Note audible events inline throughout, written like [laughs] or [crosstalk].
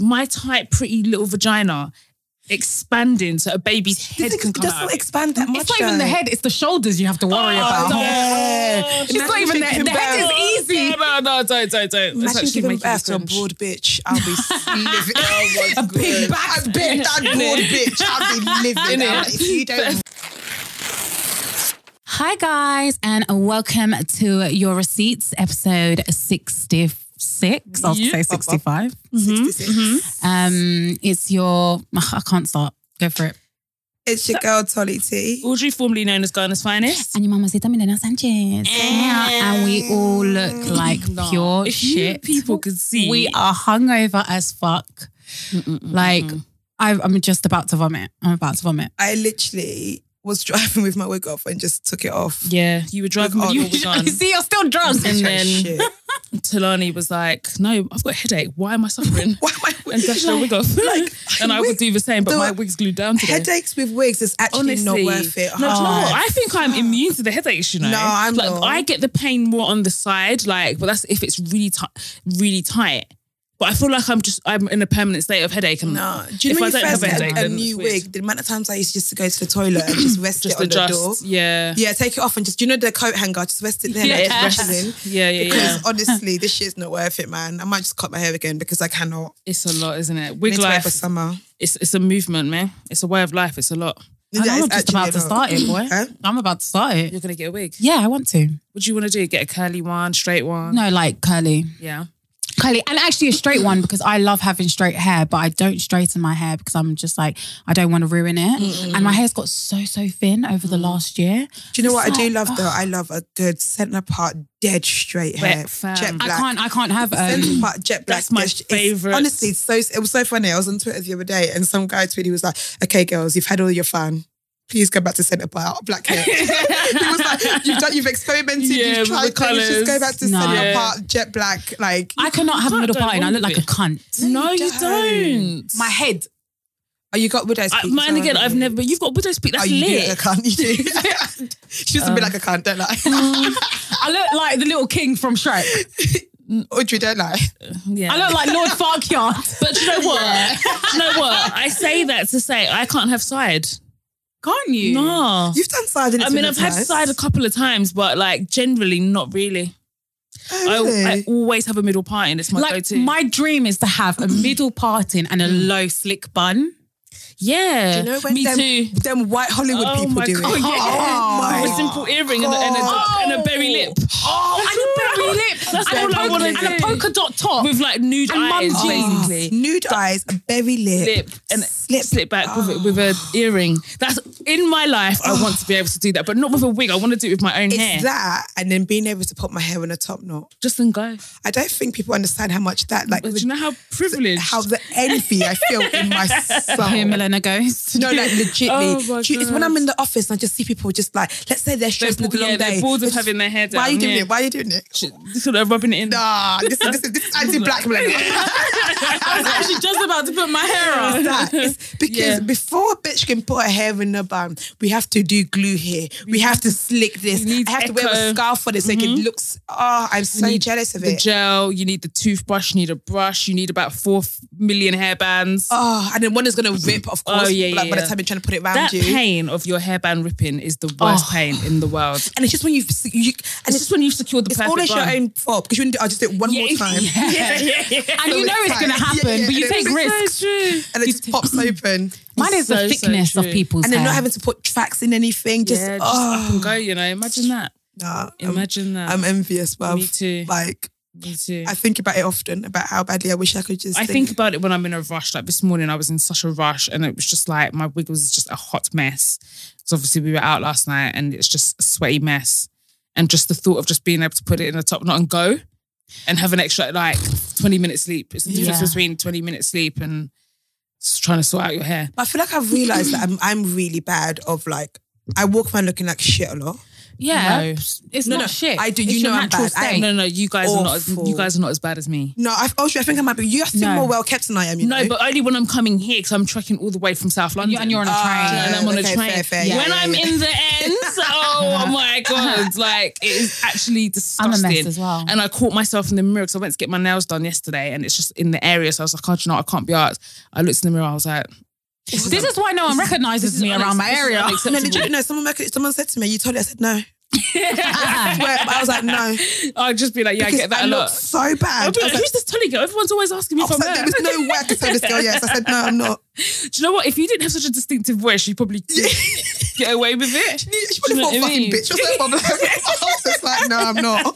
my tight, pretty little vagina expanding so a baby's Do you head think can it come out. doesn't expand that much? uh, It's not even the though? head, it's the shoulders you have to worry Oh, about. no. Yeah. She's It's not even that. the, the head is easy. No, no, no, don't, don't, don't. It's Imagine actually giving making me birth to a cringe. broad bitch. [laughs] I'll be living. Oh A big back. A big that broad bitch. I'll be [laughs] living. I'm like, if you don't, Hi, guys, and welcome to Your Receipts, episode 66. I'll Yeah. say 65. Mm-hmm. 66. Um, It's your, ugh, I can't start. Go for it. It's your girl Tolly T. Audrey, formerly known as Ghana's finest. And your mamacita Milena Sanchez. Yeah. And we all look like pure Mm-hmm. If you shit. people could see- We are hungover as fuck. Like, I, I'm just about to vomit. I'm about to vomit. I literally was driving with my wig off and just took it off. Yeah, you were driving with [laughs] With you Arnold. wig on. See, you're still drunk. And Like, [laughs] then- shit. [laughs] Talani was like, "No, I've got a headache. Why am I suffering?" [laughs] Why am I and dashed her wig off. like, [laughs] and I would do the same, but the- my wig's glued down today. Headaches with wigs is actually Honestly, not worth it. No, do you know Oh. what? I think I'm immune to the headaches. You know, No, I'm like not. I get the pain more on the side, like, but that's if it's really tight, really tight. But I feel like I'm just I'm in a permanent state of headache. And No, do you if know I when you don't have first a had headache, a then new it's weird. wig? The amount of times I used to just to go to the toilet and just rest just it on adjust. the door. Yeah, Yeah, take it off and just you know the coat hanger, just rest it there. Yeah, yeah, and just rest it in. yeah, yeah, Because yeah. honestly, this shit's not worth it, man. I might just cut my hair again because I cannot. It's a lot, isn't it? Need Wig to wait life. for summer. It's it's a movement, man. It's a way of life. It's a lot. And That I'm is just actually about to a lot. start it, boy. Huh? I'm about to start it. You're gonna get a wig. Yeah, I want to. What do you want to do? Get a curly one, straight one? No, like curly. Yeah. Curly. And actually a straight one because I love having straight hair, but I don't straighten my hair because I'm just like, I don't want to ruin it. And my hair's got so, so thin over the last year. Do you know what I It's do like, love though? I love a good centre part dead straight Wet hair, fam. I jet I black. can't I can't have Centre um, part jet black. That's my dish. It's- favourite. Honestly, it's so it was so funny. I was on Twitter the other day, and some guy tweeted he was like, "Okay, girls, you've had all your fun. Please go back to centre part black [laughs] hair." he was like, "You've done, you've experimented, Yeah, you've with the tried things. Just go colours. back to No. centre Yeah. part jet black." Like, I cannot have a can't middle go part and I look wrong like a with cunt. No, you don't. don't. My head. oh, you got widow's I, peak as mine well, again. haven't I've you? never. but You've got widow's peak. Oh, That's you do lit. look like a cunt. [laughs] You do. she doesn't be like a cunt, Um, don't lie. I look like the little king from Shrek. [laughs] Audrey, don't lie. yeah. I look like Lord Farquhar. But [laughs] do you know what? Do you know what? I say that to say I can't have side. Can't you? No. You've done side and I it's mean, been I've had nice. side a couple of times, but like generally not really. Oh, really? I, I always have a middle part and it's my Like go-to. my dream is to have a middle parting and a low slick bun. yeah, Do you know when me them, too. them white Hollywood [laughs] Oh people my do it? God, yeah. Oh a my simple earring and a, and, a, and a berry lip. Oh, and a berry lip. That's and all a I polka- wanna And a do. polka dot top. with like nude And mum eyes, jeans. basically. Nude eyes, a berry lip, Lip and slip. slip, back with it, with an Oh. earring. That's in my life. I want to be able to do that, but not with a wig. I want to do it with my own It's hair. that, and then being able to put my hair in a top knot. Just then go. I don't think people understand how much that, like, But the- do you know how privileged? how the envy I feel [laughs] in my Here, soul. Milena goes. No, like legitly. Oh my Do you- it's when God. I'm in the office and I just see people just like, let's say they're stressed with a bored- long yeah, they're day. bored of It's- having their hair Why are you down, doing yeah. it? Why are you doing it? sort of rubbing it in. Nah, this is this is, this is [laughs] anti-black millennial. I was actually just about to put my hair It's that. [laughs] It's because Yeah. before a bitch can put her hair in a bun, we have to do glue here. We have to slick this. We need I have to wear echo. Mm-hmm. a scarf for this. Like it looks. Oh, I'm so jealous of the it. gel, you need the toothbrush, you need a brush, you need about four f- million hairbands. oh, and then one is gonna rip. Of course. Oh, yeah, like, By yeah. the time you're trying to put it around that you, pain of your hairband ripping is the worst Oh. pain in the [laughs] world. and it's just when you've you, you- and It's it's, just when you've secured the it's perfect always your bun. own fault because you didn't. do- I just do it [laughs] one more time. Yeah, yeah, [laughs] yeah. And you know it's going to happen, Yeah, yeah, but you and take it's risks. It's true. And it just pops open. Mine is so, so the thickness of true. people's And then hair. not having to put tracks in anything. Just, yeah, just up oh, and go, you know. Imagine that. nah, I'm- Imagine that. Um, I'm envious, bruv. Me too. Like, Me too. I think about it often about how badly I wish I could just. I think about it when I'm in a rush. Like this morning, I was in such a rush, and it was just like my wig was just a hot mess. Because obviously we were out last night, and it's just a sweaty mess. And just the thought of just being able to put it in a top knot and go, and have an extra like 20 minutes sleep. It's the difference Yeah. between 20 minutes sleep and just trying to sort out your hair. I feel like I've realised that I'm I'm really bad of like I walk around looking like shit a lot. Yeah, No. it's No, not no, shit. I do. You It's know your I'm natural bad. I state. am No, no, you guys are not. As, Awful. you guys are not as bad as me. No, I've, oh, shit, I think I might be. You seem No. more well kept than I am. You No, know? but only when I'm coming here because I'm trekking all the way from South And London. you- and you're on a train. Ah, and I'm on okay, a train. fair, fair, yeah, when yeah, I'm yeah. in the [laughs] ends, oh my god, like it is actually I'm a disgusting. mess as well. And I caught myself in the mirror because I went to get my nails done yesterday, and it's just in the area. So I was like, oh, do you know, what? I can't be out. I looked in the mirror. I was like, [laughs] This is why no one recognizes is me around my unac- this is area. unacceptable. No, legit, no. Someone, make- someone said to me, "You told it." [laughs] I said no. I swear, but I was like no I'd just be like, yeah, I because get that I a look lot. so I'd bad. be like, I was like, who's this Tolly girl? Everyone's always asking me I if I'm was like, there. there was no way I could tell this girl yes. I said no, I'm not. [laughs] Do you know what? If you didn't have such a distinctive voice, you probably could [laughs] get away with it. Do She would you have know thought what I fucking mean? bitch or something. [laughs] I was just like, no, I'm not.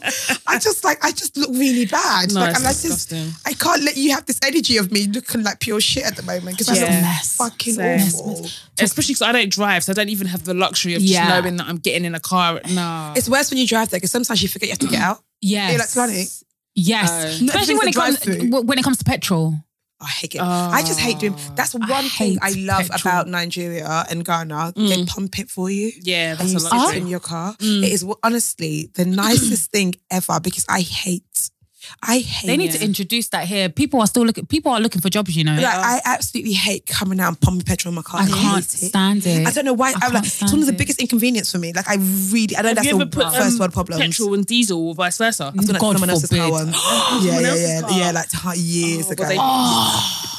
I just like, I just look really bad. No, [laughs] like, it's I'm like, this, disgusting. I can't let you have this energy of me looking like pure shit at the moment because Yeah. I look Mess. fucking Same. awful. Especially because I don't drive, so I don't even have the luxury of just Yeah. knowing that I'm getting in a car. No. It's worse when you drive there because sometimes you forget you have to get out. Yes. Electronic. Yes. Oh. Especially when Nothing's it a comes drive-through. w- when it comes to petrol. I hate it. I just hate doing. That's one thing Ah. hate I love petrol. Mm. about Nigeria and Ghana. They pump it for you. yeah, And that's you a lot. sit in your car. It is honestly [clears throat] the nicest thing ever because I hate. I hate. They need to introduce that here. People are still looking. People are looking for jobs. You know. Like, I absolutely hate coming out and pumping petrol in my car. I can't hate it. stand it. I don't know why. I am can't like, it's one of the stand it. biggest inconvenience for me. Like, I really, I know Have that's you the ever put first um, world problem. petrol and diesel or vice versa? I was gonna God someone else's car forbid. once. yeah, Someone yeah, else's yeah, car. yeah, like t- years Oh, ago. well, they-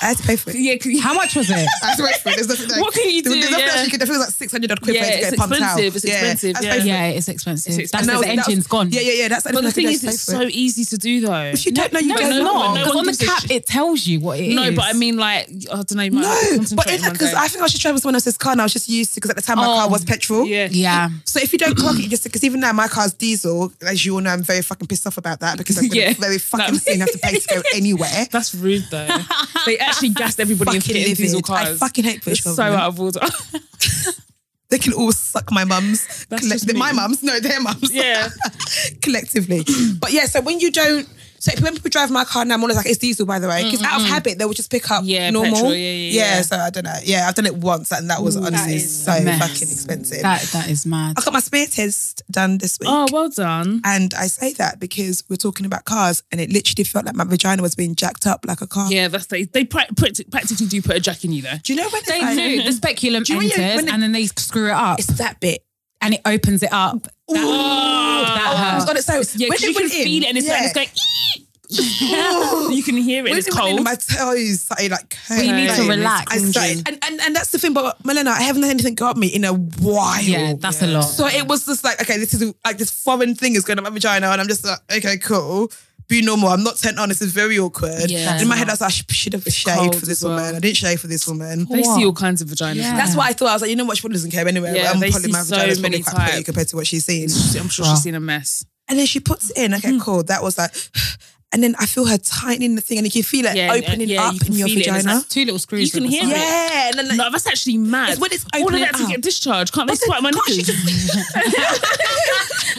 I had to pay for it. Yeah, 'cause- yeah. How much was it? I had to pay for it. There's nothing like, What can you There's do, nothing else yeah. you can. I feel like six hundred odd quid Yeah, for it to it's get pumped out. expensive, it's expensive, I had to yeah. pay for it. yeah, it's expensive. It's That's expensive. the And that was- engine's gone. Yeah, yeah, yeah. That's But the thing I is, had to it's pay so for it. easy to do though. If you don't know, you No, don't it's no, know. not. no Because one on the gives a cap, shit. it tells you what it is. no, but I mean, like, I don't know. you might No, have to but concentrate in on one because day. I think I was just driving someone else's car and I was just used to because at the time my Oh. car was petrol. yeah, yeah, So if you don't clock it, you just because even now my car's diesel, as you all know, I'm very fucking pissed off about that because I'm gonna Yeah. very fucking No. soon have to pay to go anywhere. that's rude though. [laughs] they actually gassed everybody into Fucking getting diesel livid. I cars. fucking hate it's British so government. out of [laughs] order. [laughs] They can all suck my mums. That's Collect- just me. my mums, no, their mums. yeah, [laughs] collectively. But yeah, so when you don't, so when people drive my car now, I'm always like, it's diesel, by the way, because out of habit they will just pick up Yeah, normal. petrol, yeah, yeah, yeah. So I don't know. Yeah, I've done it once, and that was honestly is so a mess. fucking expensive. that that is mad. I got my smear test done this week. Oh, well done. And I say that because we're talking about cars, and it literally felt like my vagina was being jacked up like a car. Yeah, that's they. They pra- practi- practically do put a jack in you though. Do you know when it's They like- do. The speculum you know when enters, you- when it- and then they screw it up, It's that bit. and it opens it up. Ooh, that oh, God, it's so Yeah, when 'cause you it can went in, feel it and it's like [laughs] yeah. it's going. "Ee!" [gasps] you can hear it. and When it's it went in, cold. My toes started like hurting. you need to Like, relax. I started, and, and and that's the thing. But Melena, I haven't had anything go up me in a while. Yeah, that's a lot. So it was just like, okay, this is like this foreign thing is going on my vagina, and I'm just like, okay, cool. Be normal. I'm not turned on. This is very awkward. Yeah. In my head, I was like, I sh- should have shaved cold for this as well. woman. I didn't shave for this woman. they What? see all kinds of vaginas. Yeah. That's what I thought. I was like, you know what? She probably doesn't care anyway. Yeah, I'm they probably see my so vagina's probably many quite pretty types. compared to what she's seen. I'm sure Wow. she's seen a mess. And then she puts it in. Okay, cool. That was like, [sighs] and then I feel her tightening the thing, and you can feel it Yeah, and- opening yeah, up you in can your feel it. It's vagina. like Two little screws. You can at the hear side. it. yeah, and then like, No, that's actually mad. It's when it's all of opening that to up. get discharged. Can't they But then squirt my can't she knickers?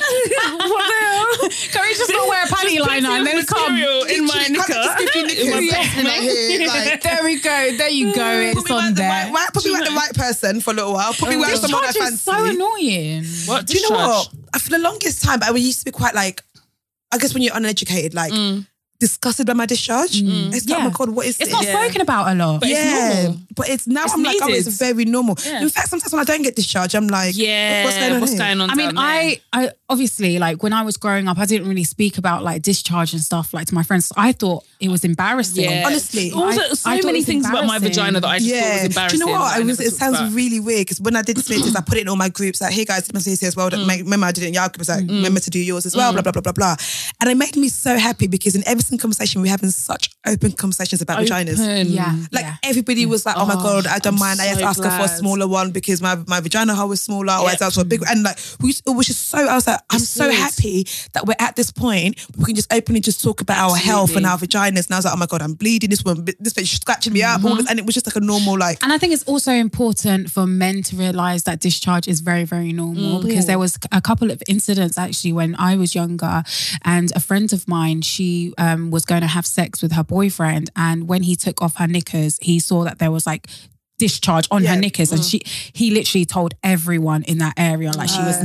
what the hell? [laughs] Can we just not wear a panty Just liner and plenty then of come? material in my Literally, can't they just knicker. give you In my knickers? best Yeah. mate. Here, like- There we go. There you go. It's Probably on weren't the there. right, [laughs] right, probably weren't the right person for a little while. Probably weren't someone I Discharge fancy. Um, is so annoying. What? Do you know discharge? what? I- For the longest time, I used to be quite like, I guess when you're uneducated, like disgusted by my discharge. It's like, Yeah. oh my god, what is It's this? not Yeah. spoken about a lot. yeah, but it's now It's I'm like, oh, needed. it's very normal. Yeah. In fact, sometimes when I don't get discharged, I'm like, Yeah. what's going on? What's here? going on I down mean, there? I, I obviously like when I was growing up, I didn't really speak about like discharge and stuff like to my friends. I thought it was embarrassing. Yeah. Honestly, All I- the, so I thought it many was things about my embarrassing. vagina that I just thought was Yeah. embarrassing. Do you know what? that I was, never it talked sounds about. really weird because when I did smear test, I put it in all my groups like, hey guys, did my CC as well. Mm. Don't make- Remember I did it in your groups, like, remember to do yours as well, blah, blah, blah, blah, blah. And it made me so happy because in every single conversation, we're having such open conversations about vaginas. Open. Yeah. Like yeah. everybody was like, oh, my God, I don't I'm mind. I just so asked her for a glad. smaller one because my, my vagina hole was smaller or I Yep. asked for a big And like, we, it was just so, I was like, I'm so good. happy that we're at this point. We can just openly just talk about our health and our vaginas. And I was like, oh my God, I'm bleeding. This one, this bitch scratching me up. all this- And it was just like a normal, like, Mm-hmm. And I think it's also important for men to realize that discharge is very, very normal because there was a couple of incidents actually when I was younger, and a friend of mine, she um, was going to have sex with her boyfriend, and when he took off her knickers, he saw that there was like discharge on Yeah. her knickers and she he literally told everyone in that area like she was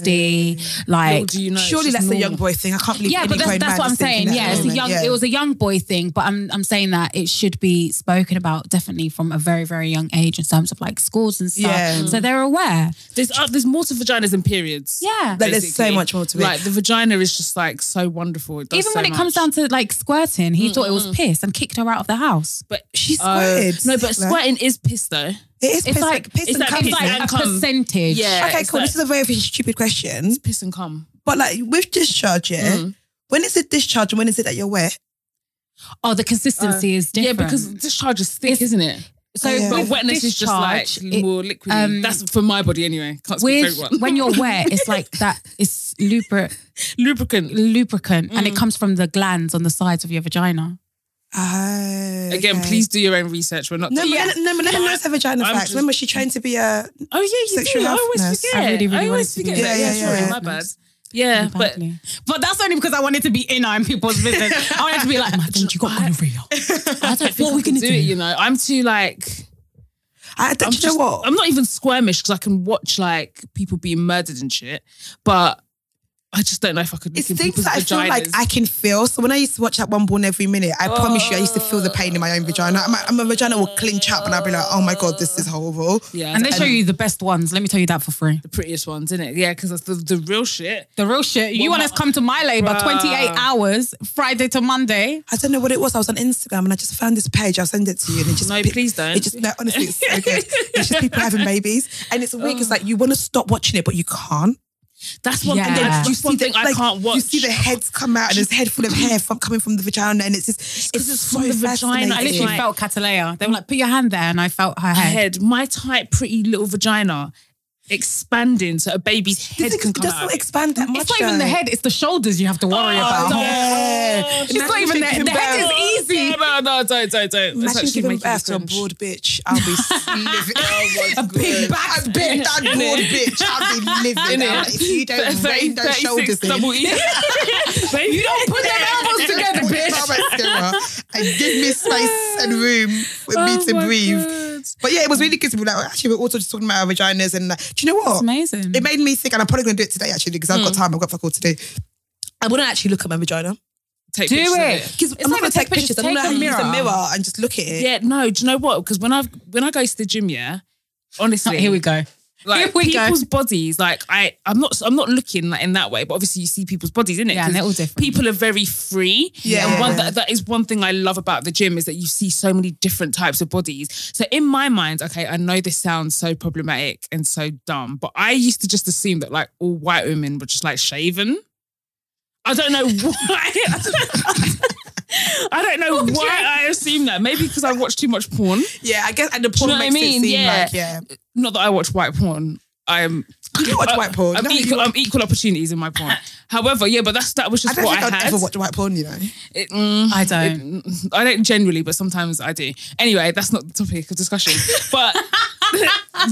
nasty like do you know? it's Surely just that's a normal. young boy thing. I can't believe yeah, but any grown that's, that's man what I'm is thinking saying. that Yeah, it's a moment. young. Yeah. It was a young boy thing, but I'm I'm saying that it should be spoken about definitely from a very very young age in terms of like schools and stuff. Yeah. So they're aware. There's uh, there's more to vaginas than periods. Yeah. Like, there's so basically. much more to it. Like the vagina is just like so wonderful. It does Even so when it comes much. down to like squirting, he thought it was piss and kicked her out of the house. but She Oh. uh, squirted. no, but Like, squirting is piss though. It is It's piss, like- like piss it's and like- cum. it's It's isn't like it? like and a come. percentage. Yeah. okay, it's cool. like- this is a very stupid question, Piss and cum. but like with discharge, yeah. Mm-hmm. When is it discharge and when is it that you're wet? Oh, the consistency is different. Yeah, because discharge is thick, It's- isn't it? so Yeah. But with wetness is just like discharge, it- more liquid. um, That's for my body anyway. Can't speak with for everyone. [laughs] when you're wet, it's like that. It's lubricant, lubricant lubricant, and it comes from the glands on the sides of your vagina. Oh, again, okay. please do your own research. We're not. No, yeah. but no, but let her knows her vagina I'm facts. just- Remember, she trained to be a. Oh yeah, you Sexual do. I always healthness. forget. I really, really I always wanted to forget. do that. that. Yeah, Yeah, sorry, yeah. my bad. Yeah, but Badly. but that's only because I wanted to be in in people's business. I wanted to be like, my friend, you got gonorrhea. I don't think What I we can gonna do, do? it. You know, I'm too like. I don't I'm you know just- what. I'm not even squirmish because I can watch like people being murdered and shit, but I just don't know if I could. Look it's in things people's that I feel like vaginas. I can feel. So when I used to watch that one born every minute, I promise you, I used to feel the pain in my own vagina. My, my vagina will clinch up, and I'll be like, "Oh my god, this is horrible." yeah, And they show you the best ones. Let me tell you that for free. the prettiest ones, isn't it? Yeah, because that's the, the real shit. The real shit. You Well, want us to come to my labor Bruh. 28 hours, Friday to Monday. I don't know what it was. I was on Instagram and I just found this page. I'll send it to you. And it just No, pe- please don't. It just no, honestly, it's so good. It's just people having babies, and it's weird. It's like you want to stop watching it, but you can't. That's one Yeah. thing. That's You just one the- thing I like, can't watch. You see the heads come out, and there's a head full of hair from coming from the vagina, and it's just it's, 'cause it's so from the fascinating. vagina. I It literally is. felt Catalea. They were like, put your hand there. And I felt her head. head. My tight, pretty little vagina expanding so a baby's This head thing can come doesn't out. expand that much. It's not even the though. head, it's the shoulders you have to worry Oh, about. no. Yeah. It's not Imagine even giving the- the head birth. is easy. Yeah, Oh, no, no, don't, don't, don't. That's Imagine actually giving making me birth to a cringe. [laughs] bored bitch. I'll be [laughs] living. oh my big back bitch. That bored bitch. I'll be living. I'm like, if [laughs] you don't rein 36 those shoulders in. [laughs] double E. [laughs] you don't put them elbows together, Put your bitch. barbell together uh, and give me space and room for Oh me to breathe. But yeah, it was really good to be like, actually, we're also just talking about our vaginas. And like, do you know what? amazing. Hmm. It made me think, and I'm probably going to do it today, actually, because I've got time. I've got fuck all to do. I wouldn't actually look at my vagina. Take Do pictures of it. Because It's I'm not like going a to take take picture, pictures. I don't know take how a to use a mirror. mirror and just look at it. Yeah, no, do you know what? Because when I when I go to the gym, yeah, honestly, [laughs] Here we go. Like Here we go. people's bodies, like I, I'm not, I'm not looking like in that way, but obviously you see people's bodies, is it? Yeah, and they're all different. People are very free. Yeah. and one, that, that is one thing I love about the gym is that you see so many different types of bodies. So in my mind, okay, I know this sounds so problematic and so dumb, but I used to just assume that like all white women were just like shaven. I don't know [laughs] why. [laughs] I don't know why I assume that. Maybe because I watch too much porn. Yeah, I guess and the porn know what I makes mean? it seem Yeah. like yeah. Not that I watch white porn. I'm You don't watch white porn. I'm, No, you equal, don't. I'm equal opportunities in my porn. However, yeah, but that's that was I just don't what think I I'd had. ever watch white porn. You know, It- mm, I don't. it- mm, I don't generally, but sometimes I do. Anyway, that's not the topic of discussion. [laughs] But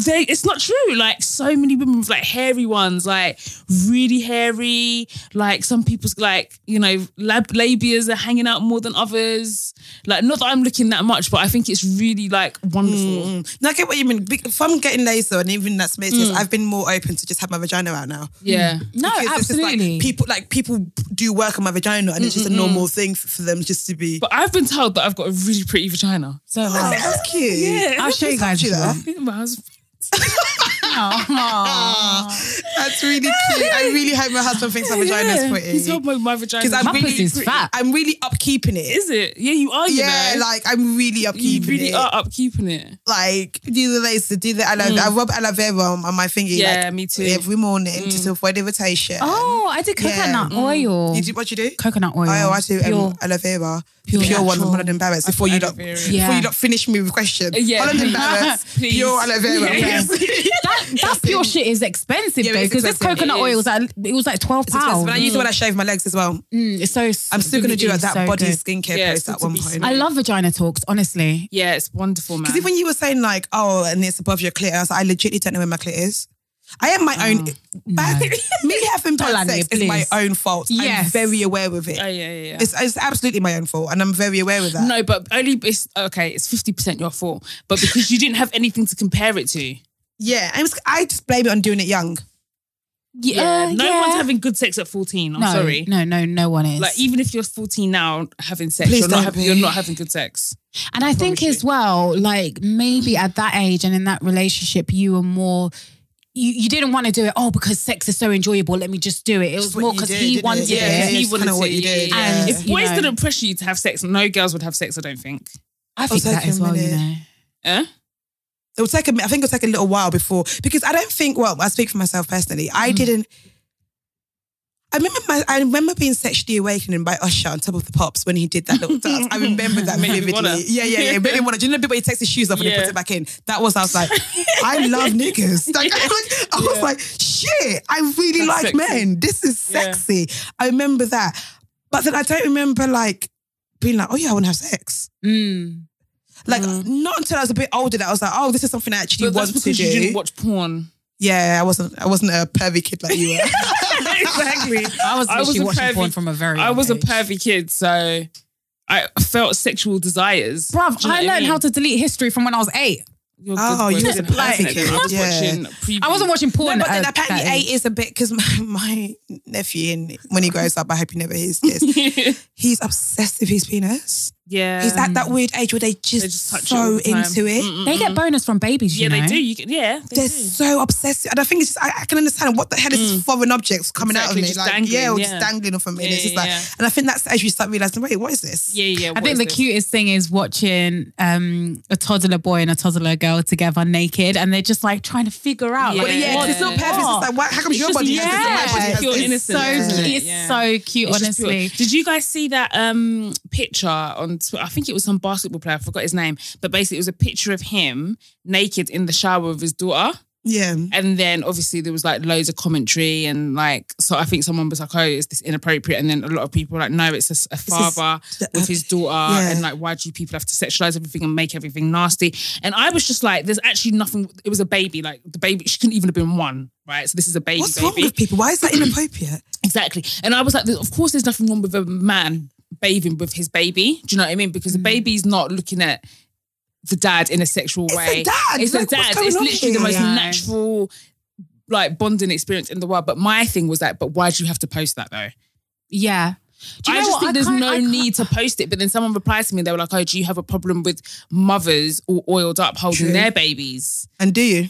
they, it's not true. Like so many women with like hairy ones, like really hairy. Like some people's like you know lab labias are hanging out more than others. Like not that I'm looking that much, but I think it's really like wonderful. no, I get what you mean. Be- If I'm getting laser and even that space, yes, I've been more open to just have my vagina out now. Mm. Yeah. No, Because this is like absolutely. people like people do work on my vagina, and it's just a normal thing f- for them just to be. But I've been told that I've got a really pretty vagina. so [laughs] oh, hard. that's cute. [laughs] I'll show you guys. you that. one. My husband- Aw. That's really cute. I really hope my husband thinks my vagina is Yeah, pretty. He told my, my vagina. Because I'm Muppets really, is fat. I'm really upkeeping it. Is it? Yeah, you are. You Yeah, know. like I'm really you upkeeping really it. are upkeeping it. like do the laser, do the aloe. I rub aloe vera on, on my finger. Mm. Yeah, like, me too. Mm. Every morning to avoid irritation. Oh, I did coconut oil. you do what you do? coconut oil. Oh, I do Pure. um, aloe vera, pure, one from natural. Holland and Barrett's. Before you aloe lot, vera. Uh, before Yeah. you lot finish me with questions. Yeah, Holland and please. Barrett's, [laughs] Please. pure [laughs] aloe vera. Yeah, please. That, that pure shit is expensive Yeah, though, it's because this expensive. coconut It is. oil was like it was like twelve It's expensive, [laughs] pounds. But I use it when I shave my legs as well. Mm, it's so. I'm still going to do like that so body good. skincare Yeah, it's place at good to one be point. seen. I love vagina talks, honestly. Yeah, it's wonderful, man. Because even you were saying like, oh, and it's above your clit, I was like, I legitly don't know where my clit is. I am my own. Oh, But [laughs] me having bad Melanie, sex is my please. own fault. I'm Yes. very aware of it. Oh, yeah, yeah, yeah. It's, it's absolutely my own fault, and I'm very aware of that. no, but only it's okay. It's fifty percent your fault, but because you didn't have anything to compare it to. Yeah, I'm, just- I just blame it on doing it young. Yeah, no yeah. one's having good sex at fourteen. I'm no, sorry. No, no, no one is. Like even if you're 14 now having sex, Please you're not don't having, be. you're not having good sex. And I think promise as well, like maybe at that age and in that relationship, you were more. You, you didn't want to do it. Oh, because sex is so enjoyable. Let me just do it. It was what more you because did, he didn't wanted it? it. Yeah, yeah, he it's wanted kinda what to, you And did, yeah. if You boys know. didn't pressure you to have sex, no girls would have sex. I don't think. I think take that a as well. You minute. know, Eh? It will take a, mi- I think it'll take a little while before because I don't think. Well, I speak for myself personally. Mm. I didn't. I remember my, I remember being sexually awakened by Usher on top of the pops when he did that little dance. I [laughs] remember that Made me vividly. wanna. Yeah, yeah, yeah. Really wanna. Do you know the bit where he takes his shoes off and he Yeah. puts it back in? That was I was like, [laughs] I love niggas. Like, I was- I was Yeah. like, shit, I really That's like sexy. men. This is Yeah. sexy. I remember that, but then I don't remember like being like, oh yeah, I want to have sex. Mm. Like not until I was a bit older that I was like, oh, this is something I actually But that's want to because you do. didn't watch porn. yeah, I wasn't. I wasn't a pervy kid like [laughs] you were. exactly. [laughs] I was I was literally a watching pervy- porn from a very. I young was a age. pervy kid, so I felt sexual desires. Bruv, Do you know I what learned mean? how to delete history from when I was eight. You're Oh, good, you boy. was a didn't have blind sex. I was kid. Yeah. watching. preview- I [laughs] wasn't watching porn. but then at apparently that eight is a bit because my, my nephew and when he grows up, I hope he never [laughs] hears this. he's obsessed with his penis. yeah, he's at that weird age where they just, Um, They just touch it all so the time. into it. Mm-mm. They get bonus from babies. Mm. Yeah, You know? they do. You can, yeah, they They're do. Mm. so obsessed. And I think it's just, I, I can understand what the hell is foreign objects coming Exactly, out of me. just Like, dangling, yeah, or yeah. just dangling off a me. Yeah, it's just yeah, like, yeah. and I think that's as you start realizing, wait, what is this? Yeah, yeah. I what think is the this? cutest thing is watching um, a toddler boy and a toddler girl together naked, and they're just like trying to figure out. Yeah. like, But yeah, 'cause what- it's not perfect. It's what? just like, why, how come It's your just- body has this and my yeah, it's body has pure this? innocence, so isn't cute. it? It's Yeah. so cute, It's just honestly. pure- Did you guys see that um picture on Twitter? I think it was some basketball player. I forgot his name, but basically it was a picture of him naked in the shower with his daughter. Yeah. And then obviously there was like loads of commentary and like so I think someone was like, oh, is this inappropriate? And then a lot of people were like, no, it's a, s- a father with his daughter, Yeah. and like, why do you people have to sexualize everything and make everything nasty? And I was just like, there's actually nothing. It was a baby, like the baby. She couldn't even have been one, right? So this is a baby. What's wrong baby. with people? Why is that inappropriate? Exactly. And I was like, of course, there's nothing wrong with a man bathing with his baby. Do you know what I mean? Because the baby's not looking at the dad in a sexual a way. dad. It's a Like, what's dad. going It's on literally the here? most Yeah. natural, like bonding experience in the world. But my thing was like, but why do you have to post that though? yeah. Do you I know just what? think there's can't- I no can't- need to post it. But then someone replied to me, they were like, "Oh, do you have a problem with mothers all oiled up holding True. their babies?" And do you?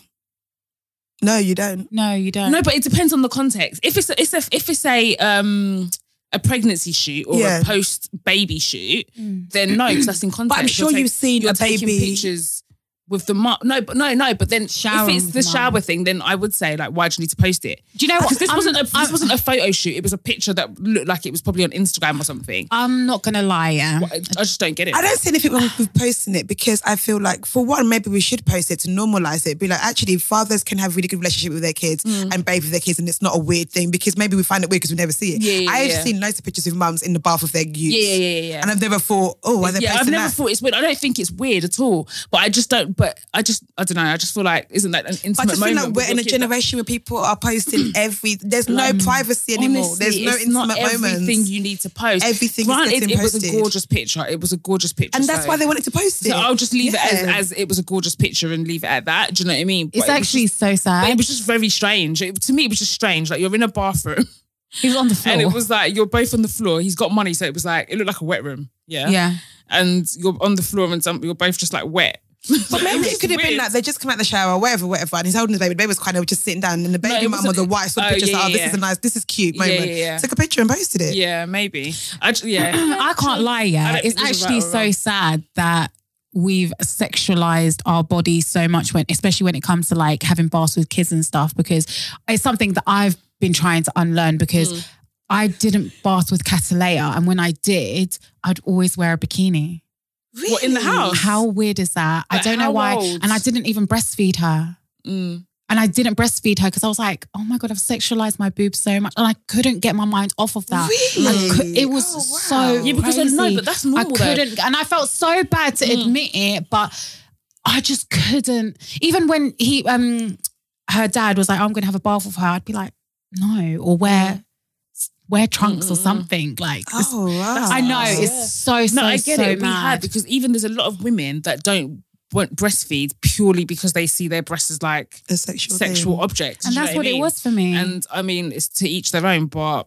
No, you don't. No, you don't. No, but it depends on the context. If it's a, it's a, if it's a um a pregnancy shoot or Yeah. Mm. a post baby shoot, then no, because [clears throat] that's in context. I'm sure You're you've seen you're a taking baby- pictures with the mum. No, but no, no. But then Showering if it's with the mum. shower thing, then I would say like, why do you need to post it? do you know what? Because this I'm- wasn't a, this I'm- wasn't a photo shoot. It was a picture that looked like it was probably on Instagram or something. I'm not gonna lie. Yeah. I, I just don't get it. I don't see anything wrong with posting it because I feel like, for one, maybe we should post it to normalize it. Be like, actually, fathers can have really good relationship with their kids and bathe with their kids, and it's not a weird thing because maybe we find it weird because we never see it. Yeah, yeah, I've yeah. seen loads of pictures of mums in the bath with their youths, yeah, yeah, yeah, yeah, yeah. and I've never thought, oh, why are they yeah, I've posting never that? thought it's weird. I don't think it's weird at all. But I just don't. But I just, I don't know. I just feel like isn't that an intimate But I just feel moment? like with we're in your a kid that- generation where people are [clears throat] posting every. There's no privacy anymore. Mm. Honestly, there's it's no not intimate moments. Everything you need to post. Everything is Granted, getting it was posted. a gorgeous picture. It was a gorgeous picture, and that's so- why they wanted to post it. So I'll just leave it Yeah. as as it was a gorgeous picture and leave it at that. Do you know what I mean? It's But it was actually just- so but sad. it was just very strange. It, to me, it was just strange. Like you're in a bathroom [laughs] He was on the floor. and Oh. it was like you're both on the floor. He's got money, so it was like it looked like a wet room. Yeah, yeah. And you're on the floor and some, you're both just like wet. [laughs] But maybe was it could have been weird. like they just come out the shower, whatever, whatever, and he's holding his baby. The baby was crying, they were just sitting down, and the baby it mum or the wasn't- wife saw oh, pictures. yeah, like, oh, this yeah. is a nice, this is cute Yeah, moment. yeah, yeah. Took a picture and posted it. Yeah, maybe. I, j- [clears throat] yeah. I can't lie, I yeah. don't It's think there's a actually right or so wrong. sad that we've sexualized our bodies so much when especially when it comes to like having baths with kids and stuff because it's something that I've been trying to unlearn because Mm. I didn't bath with Catalea and when I did, I'd always wear a bikini. Really? What, in the house? How weird is that? I Like, don't know how why. old? And I didn't even breastfeed her. Mm. And I didn't breastfeed her because I was like, oh my God, I've sexualized my boobs so much. And I couldn't get my mind off of that. Really? I could, it was Oh, wow. so. Yeah, because I crazy. know, but that's normal, though. I couldn't, and I felt so bad to admit it, but I just couldn't. Even when he, um, her dad was like, oh, I'm gonna have a bath with her, I'd be like, no, or wear wear trunks or something. Like it's- Oh, wow. I know, it's Yeah. so so No, I get so it. We had mad. because even there's a lot of women that don't want breastfeed purely because they see their breasts as like a sexual, thing. sexual objects. and do you that's know what I it mean? was for me. And I mean, it's to each their own, but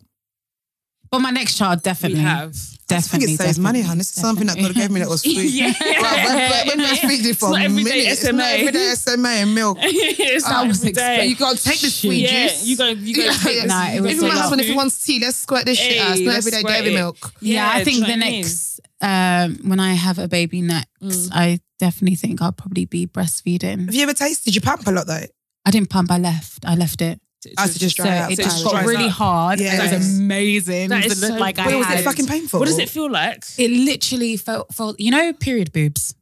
but my next child we definitely, [laughs] have. I definitely think it saves money, definitely, hon. This is something that God definitely. gave me that [laughs] was [laughs] free. Well, when, when, when I feed you It's for not a everyday minute, it's not SMA. everyday SMA and milk. [laughs] it's I not was every But day. [laughs] you can't take this sweet yeah, juice. you go, you go. Yeah, take yeah. this- No, it you go Even was a my take lot. husband, this if he wants tea, let's squirt this shit Hey, out. It's not let's everyday squirt dairy it. milk. Yeah, I do think you know the what I mean? next um, when I have a baby next, Mm. I definitely think I'll probably be breastfeeding. Have you ever tasted? You pump a lot though. I didn't pump, I left. I left it. I used to just So dry it out. it so it just just got dries really up. hard. Yeah. And it was amazing. That It is look so like I But was had. it fucking painful? What does it feel like? It literally felt, felt, you know, period boobs.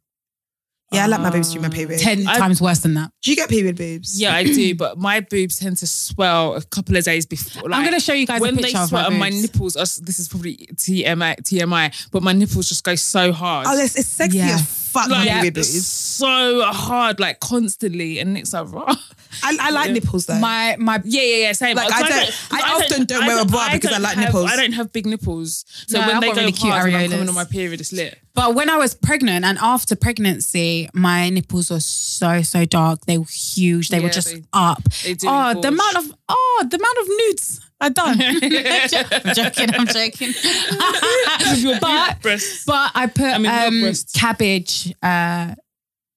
Yeah, I like my boobs during my period. Ten I- times worse than that. Do you get period boobs? Uh, Yeah, I do, but my boobs tend to swell a couple of days before. Like, I'm gonna show you guys when a they picture of swell, my, and my boobs. nipples are. This is probably TMI, TMI, but my nipples just go so hard. Oh, it's, it's sexy Yeah. as fuck. like, my period it's boobs. so hard, like constantly, and it's like, rah. [laughs] I, I like Yeah. nipples though. My my yeah, yeah, yeah, same. Like, Because I don't- I often don't wear a bra because I don't like have- nipples. I don't have big nipples, so No, when I've they got go really cute hard, when I'm areolas. coming on my period, it's [laughs] lit. But when I was pregnant and after pregnancy, my nipples were so so dark. They were huge. They were Yeah, just they- up. they do oh, the engorge. amount of oh the amount of nudes I [laughs] done. [laughs] I'm joking. I'm joking. Your but breasts. but I put I mean, your um, breasts. cabbage uh,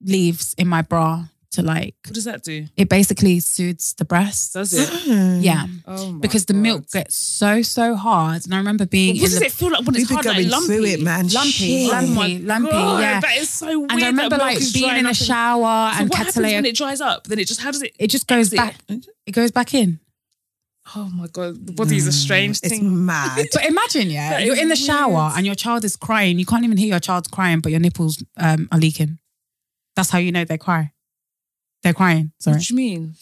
leaves in my bra to like. What does that do? It basically soothes the breasts. Does [gasps] it? Hmm. Yeah, Oh my because the God. milk gets so so hard, and I remember being What in does the it feel like when We've it's been hard, like going lumpy? through it, man. lumpy, Shit. Oh lumpy, my lumpy. God, yeah, that is so weird. and I that remember milk like is being drying in the up and- shower So and what happens when Catalina. it dries up? Then it just how does it? It just goes Exit. back. It goes back in. Oh my god, the body Mm, is a strange It's thing. [laughs] mad. But imagine, yeah, That is you're in the shower weird. and your child is crying. You can't even hear your child's crying, but your nipples um, are leaking. That's how you know they cry. They're crying. What Sorry. do you mean?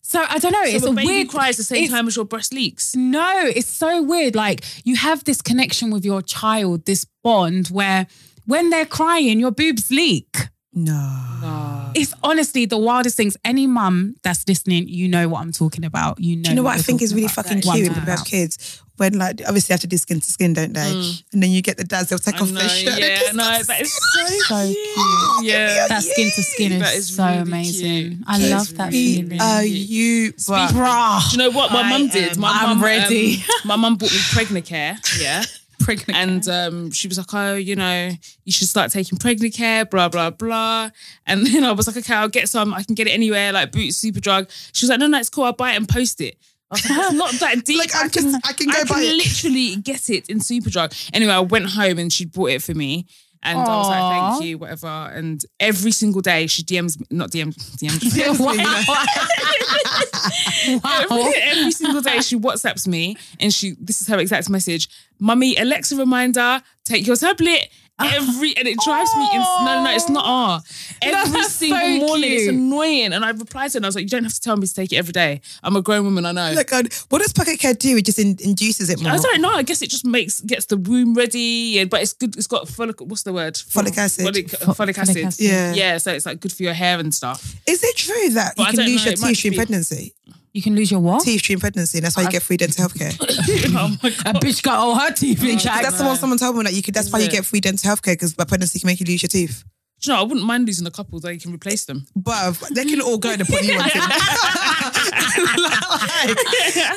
So I don't know. So it's a a baby weird. cries the same it's- time as your breast leaks. No, it's so weird. Like you have this connection with your child, this bond where when they're crying, your boobs leak. no. No. It's honestly the wildest things. Any mum that's listening, you know what I'm talking about. You know. Do you know what I we're think is talking really about. fucking That is cute what with I'm people have kids? When like obviously they have to do skin to skin, don't they? And then you get the dads, they'll take Mm. I off know, their shirt. and yeah, [laughs] just- no, that [laughs] is so, So cute. cute. Yeah. That skin to skin is, That is so really amazing. cute. I That love is that really- feeling. [laughs] Are you bruh. Do you know what my I mum did? am- My I'm mum, um, [laughs] ready. my mum bought me Pregnacare. [laughs] Yeah. pregnant. And um, she was like, oh, you know, you should start taking pregnant care, blah, blah, blah. And then I was like, okay, I'll get some. I can get it anywhere, like Boots, Superdrug. She was like, no, no, it's cool. I'll buy it and post it. I was like, it's not that deep. [laughs] Like I can, I can go I buy can it. literally get it in Superdrug. Anyway, I went home and she bought it for me. And I was like, Aw. thank you, whatever. And every single day she DMs, me- not DM, DMs. me. [laughs] Every, [laughs] every single day she WhatsApps me and she this is her exact message. Mummy, Alexa reminder, take your tablet. Every and it drives me ins- no, no, no, it's not R. Every that's single so morning, it's cute. annoying. And I replied to her and I was like, You don't have to tell me to take it every day. I'm a grown woman, I know. Like, uh, what does pocket care do? It just in, induces it more. I don't know. I guess it just makes gets the womb ready, and but it's good. It's got folic. What's the word? Folic acid. Folic, uh, Fo- folic folic acid. acid. Yeah. yeah. So it's like good for your hair and stuff. [laughs] Is it true that But I you can don't lose know, your it might teeth during be- pregnancy? you can lose your what? Teeth during pregnancy. That's why you get free dental [laughs] health care. oh my A god. bitch got all her teeth in check. That's the one someone told me that you could. That's why you it? get free dental health care because pregnancy can make you lose your teeth. Do you know, I wouldn't mind losing a couple. They can replace them. But they can all go in the put you on to. [laughs]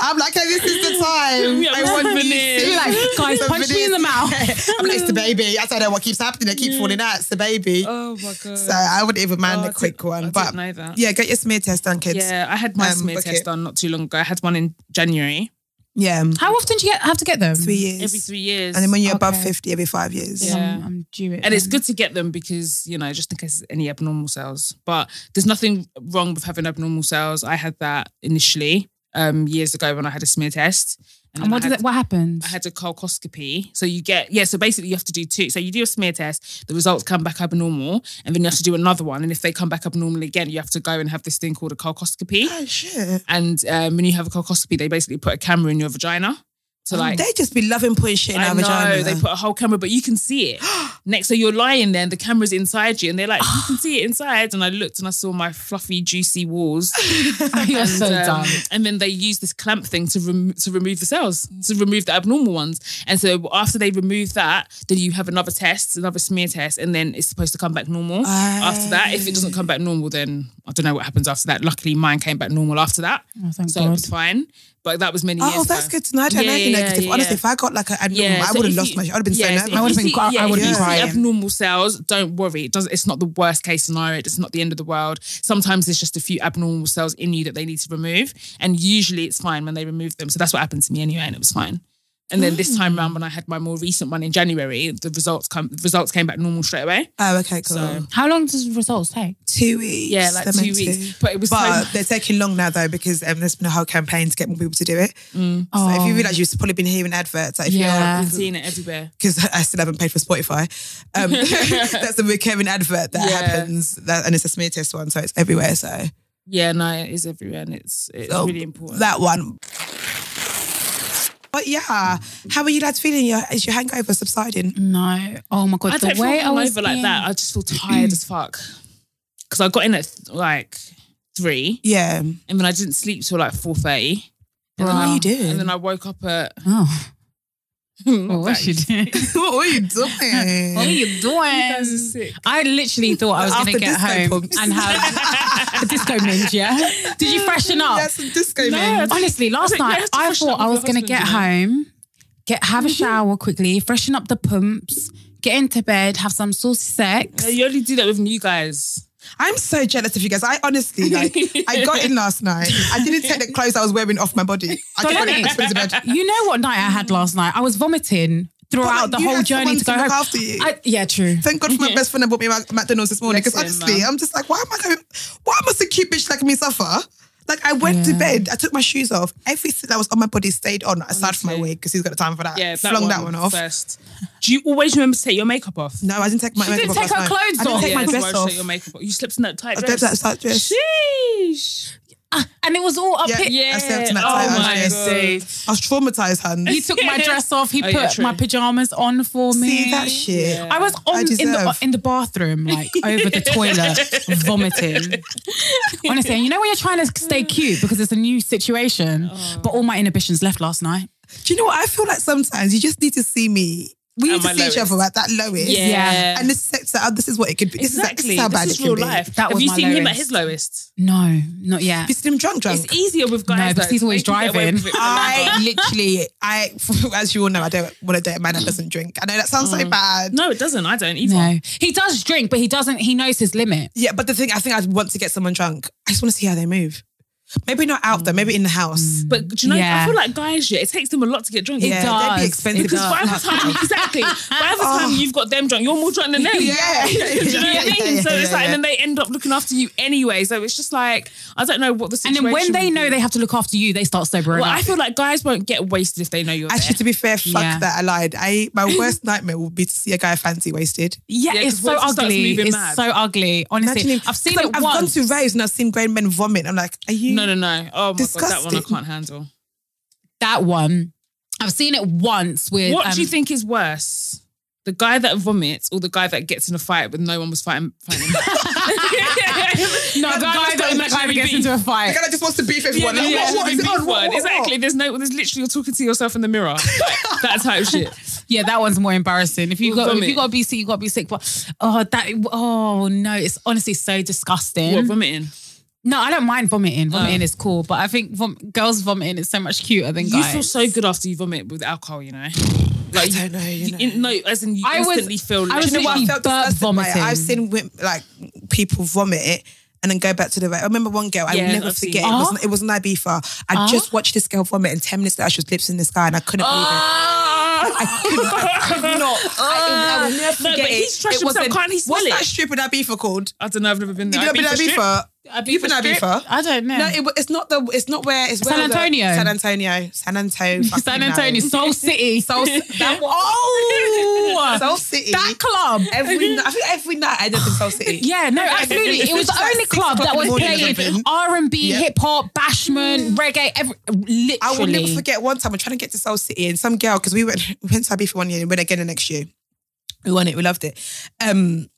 I'm like, hey, this is the time. Yeah, I one want new minute. teeth. You're like, guys, But punch for me in the this- mouth. I'm like, it's the baby. I don't know what keeps happening. They Mm. keep falling out. It's the baby. Oh my god. So I would even mind Oh, I the quick didn't- I one. didn't But know that. yeah, get your smear test done, kids. Yeah, I had my Um, smear okay. test done not too long ago. I had one in January. Yeah. How often do you get, have to get them? Three years. Every three years. And then when you're above Okay. 50, every five years. Yeah. I'm, I'm due it. and it's then. good to get them because you know just in case there's any abnormal cells but there's nothing wrong with having abnormal cells i had that initially um years ago when i had a smear test And what then did I it, what happens? I had a colposcopy. So you get, yeah, so basically you have to do two. So you do a smear test, the results come back abnormal, and then you have to do another one. And if they come back abnormal again, you have to go and have this thing called a colposcopy. [gasps] Oh, shit. And um, when you have a colposcopy, they basically put a camera in your vagina to like. they just be loving putting shit in I our know vagina. they put a whole camera, but you can see [gasps] it. Next, so you're lying there, and the camera's inside you, and they're like, "You [sighs] can see it inside." And I looked, and I saw my fluffy, juicy [laughs] walls. [laughs] You're so and, um, dumb. and then they use this clamp thing to rem- to remove the cells, to remove the abnormal ones. And so after they remove that, then you have another test, another smear test, and then it's supposed to come back normal. After that, if it doesn't come back normal, then I don't know what happens after that. Luckily, mine came back normal after that, Oh, thank so it God. was fine. But that was many years. Oh, that's ago. good to know. I don't Yeah, know anything yeah, like this. yeah, Honestly, yeah. if I got like an abnormal, Mm, Yeah, I so would have if lost you- my shit. I would have been yeah, so so nervous. if I would've you been see- cry- I yeah, if would've you been see crying. Abnormal cells. Don't worry. It doesn't. It's not the worst case scenario. It's not the end of the world. Sometimes there's just a few abnormal cells in you that they need to remove, and usually it's fine when they remove them. So that's what happened to me anyway, and it was fine. And then this Mm. time round, when I had my more recent one in January, the results come. The results came back normal straight away. Oh, okay, cool. So- How long does the results take? two weeks. Yeah, like they're two meant to. weeks. But it was. But so, they're taking long now though because um, there's been a whole campaign to get more people to do it. So Oh, Oh. if you realise you've probably been hearing adverts, like if Yeah. I've you're seen it everywhere. because I still haven't paid for Spotify. Um, [laughs] that's a recurring advert that Yeah. happens, that, and it's a smear test one, so it's everywhere. So, Yeah, no, it is everywhere, and it's it's so really important. That one. But yeah, how are you lads feeling? Your, is your hangover subsiding? No. Oh my god. I don't the way feel I was hungover like being- that. I just feel tired as fuck. Because I got in at like three, Yeah. and then I didn't sleep till like four thirty. And then Bruh. What I- are you doing? And then I woke up [laughs] at. Oh, [laughs] well, what Like, she did. what were you [laughs] doing? What are you guys are doing? sick. I literally thought I was going After to get disco home pumps. and [laughs] have a disco minge. Yeah. Did you freshen up? That's some disco, No, man. I- Honestly, last Like, you night have to I freshen thought up I with was your going to husband, get you know? Mm-hmm. home, get have a shower quickly, freshen up the pumps, get into bed, have some saucy sex. Yeah, You only do that with new guys. I'm so jealous of you guys. I honestly, like, I got in last night. I didn't take the clothes I was wearing off my body. I just got in and went to bed. You know what night I had Mm-hmm. last night? I was vomiting throughout like, the you whole had someone journey to go to home. look after you. I, yeah, true. Thank God for my best friend that bought me Mac- McDonald's this morning. Because Bless him, honestly, man. I'm just like, why am I going? Why must a cute bitch like me suffer? Like I went to Yeah. bed, I took my shoes off. Everything that was on my body stayed on, aside from my Honestly. wig, because he's got the time for that. Yeah, that flung one that one off. first. Do you always remember to take your makeup off? No, I didn't take my She makeup didn't off take last her night. clothes I didn't off. take my that's dress why I off. take your makeup off. You slept in that tight I dress. grabbed that side dress. Sheesh. And it was all up Yeah, here. I slept in that Yeah. tight Oh my dress. God. I was traumatized, hun. He took my dress off. He Oh, [laughs] yeah, put true. my pajamas on for me. See that shit? Yeah. I was on I in the deserve. in the bathroom, like over the toilet, [laughs] vomiting. Honestly, and you know when you're trying to stay cute because it's a new situation, but all my inhibitions left last night. Do you know what? I feel like sometimes you just need to see me. We need At to my see each other lowest. at that lowest. Yeah. Yeah. And this sex, oh, this is what it could be. This Exactly. is how This bad is it can real be. life. That Have was you my seen him at lowest. his lowest? No, not yet. Have you seen him drunk, drunk? It's easier with guys. because though, he's so always they can get away driving. with it. [laughs] I literally, I, [laughs] as you all know, I don't want to date a man that doesn't drink. I know that sounds so bad. Mm. no, it doesn't. I don't either. No, he does drink, but he doesn't. He knows his limit. Yeah, but the thing, I think I want to get someone drunk. I just want to see how they move. Maybe not out there, maybe in the house. But do you know, Yeah. I feel like guys, yeah, Mm. it takes them a lot to get drunk. yeah, they'd does. be It Oh. expensive. Because as by the [laughs] fuck. time exactly, by the time you've got them drunk, you're more drunk than them. Yeah. [laughs] do you know what I mean? Yeah, so yeah, it's like, yeah. and then they end up looking after you anyway. So it's just like, I don't know what the And situation. then when they would know be. they have to look after you, they start sobering well, up. I feel like guys won't get wasted if they know you're Actually, to be fair, fuck Yeah. that. I lied. I [laughs] my worst nightmare would be to see a guy fancy wasted. yeah, Yeah, it's 'cause so once it starts ugly. moving It's mad. so ugly. Honestly, Imagine if- I've seen 'cause it I've once. gone to raves and I've seen grown men vomit. I'm like, are you? there. No, no, no. Oh my god, that one Disgusting. I can't handle. that one. I've seen it once with. What um, do you think is worse? The guy that vomits or the guy that gets in a fight but no one was fighting, fighting [laughs] him? [laughs] No, That the guy guy that's that got imaginary imaginary gets beef. into a fight. The guy that just wants to beef everyone. Like, yeah, what- what is it beef on? What- one. what- Exactly. There's no. There's literally you're talking to yourself in the mirror. Like, that type shit. [laughs] Yeah, that one's more embarrassing. If you Or got if you vomit. got to be sick, you got to be sick. But oh, that oh no, it's honestly so disgusting. What vomiting? no, I don't mind vomiting. Ah. Vomiting is cool, but I think vom- girls vomiting is so much cuter than You guys. feel so good after you vomit with alcohol, you know. I don't know. You know. In, no, as in you I was- instantly feel. I was Do you know what? literally- felt burp disgusted by it. vomiting. I've seen women, like people vomit and then go back to the. I remember one girl. I Yeah, will never I've seen forget. it. Ah? It was it was an Ibiza. I just watched this girl vomit, and ten minutes later, she was lips in the sky, and I couldn't Ah! believe it. [laughs] I couldn't- I [laughs] could not. I- I will Ah! never No, forget but he's it. trashed It was himself. an- Can't he smell What's it? that strip in Ibiza called? I don't know. I've never been there. Have you Ibiza ever been strip? Ibiza? You've been strip? Ibiza? I don't know. No, it, it's not the. It's not where. It's San where the- Antonio. San Antonio. [laughs] San Antonio. fucking [laughs] San Antonio, knows. Soul [laughs] City, Soul. that [laughs] oh, Soul City. that club. Every night, I think every night I did in Soul City. [laughs] Yeah, no, absolutely. It [laughs] was It's the like only six club o'clock in that the was morning or playing something. R and B, Yep. hip hop, bashment, reggae. Every, literally, I will never forget one time I'm trying to get to Soul City and some girl because we went [laughs] we went to Ibiza one year and went again the next year. We won it, we loved it. Um,